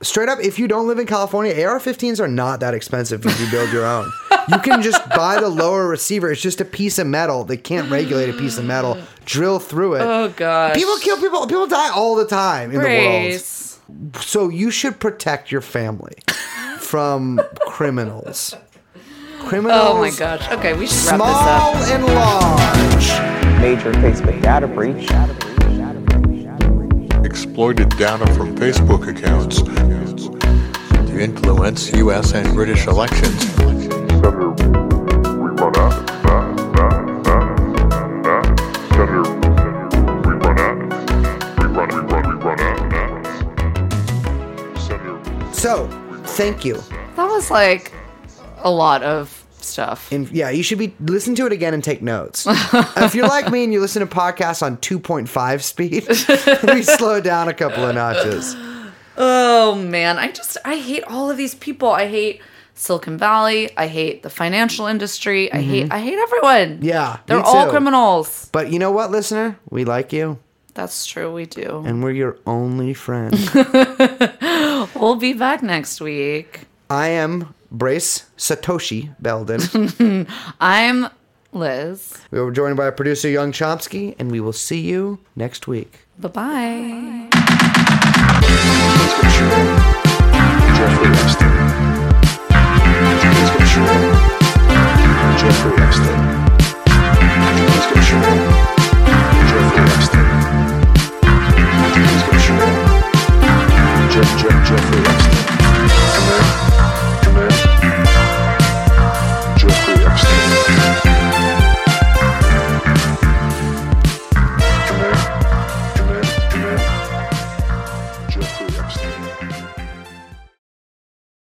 Speaker 2: straight up, if you don't live in California, AR-15s are not that expensive if you build your own. You can
Speaker 1: [LAUGHS]
Speaker 2: just buy the lower receiver. It's just a piece of metal. They can't regulate a piece of metal. Drill through it.
Speaker 1: Oh gosh.
Speaker 2: people kill people. People die all the time in
Speaker 1: Grace.
Speaker 2: the world. So you should protect
Speaker 1: [LAUGHS]
Speaker 2: your family from criminals. Criminals.
Speaker 1: Oh my gosh. Okay, we should wrap this up.
Speaker 2: Small and large.
Speaker 5: major Facebook data breach.
Speaker 7: Exploited data from Facebook accounts to influence U.S. and British elections. Senator, we run out of time, time, time, time. Senator, we run out of time. We run, we run, we run out of time. Senator.
Speaker 2: So, thank you.
Speaker 1: That was like a lot of stuff.
Speaker 2: And yeah, you should be listen to it again and take notes. [LAUGHS] if you're like me and you listen to podcasts on 2.5 speed, [LAUGHS] we slow down a couple of notches.
Speaker 1: Oh man, I just I hate all of these people. I hate Silicon Valley. I hate the financial industry. I hate I hate everyone.
Speaker 2: Yeah,
Speaker 1: They're
Speaker 2: me
Speaker 1: all
Speaker 2: too.
Speaker 1: criminals.
Speaker 2: But you know what, listener? We like you,
Speaker 1: That's true, we do.
Speaker 2: and we're your only friend.
Speaker 1: [LAUGHS] we'll be back next week.
Speaker 2: I am Brace Satoshi Belden.
Speaker 1: [LAUGHS] I'm Liz.
Speaker 2: we were joined by our producer Young Chomsky, and we will see you next week.
Speaker 1: Bye-bye.
Speaker 7: That's what you want. Jeffrey Epstein. That's what you want. Jeffrey Epstein. That's what you want. Jeffrey Epstein. That's what you want. Jeff, Jeff, Jeffrey Epstein.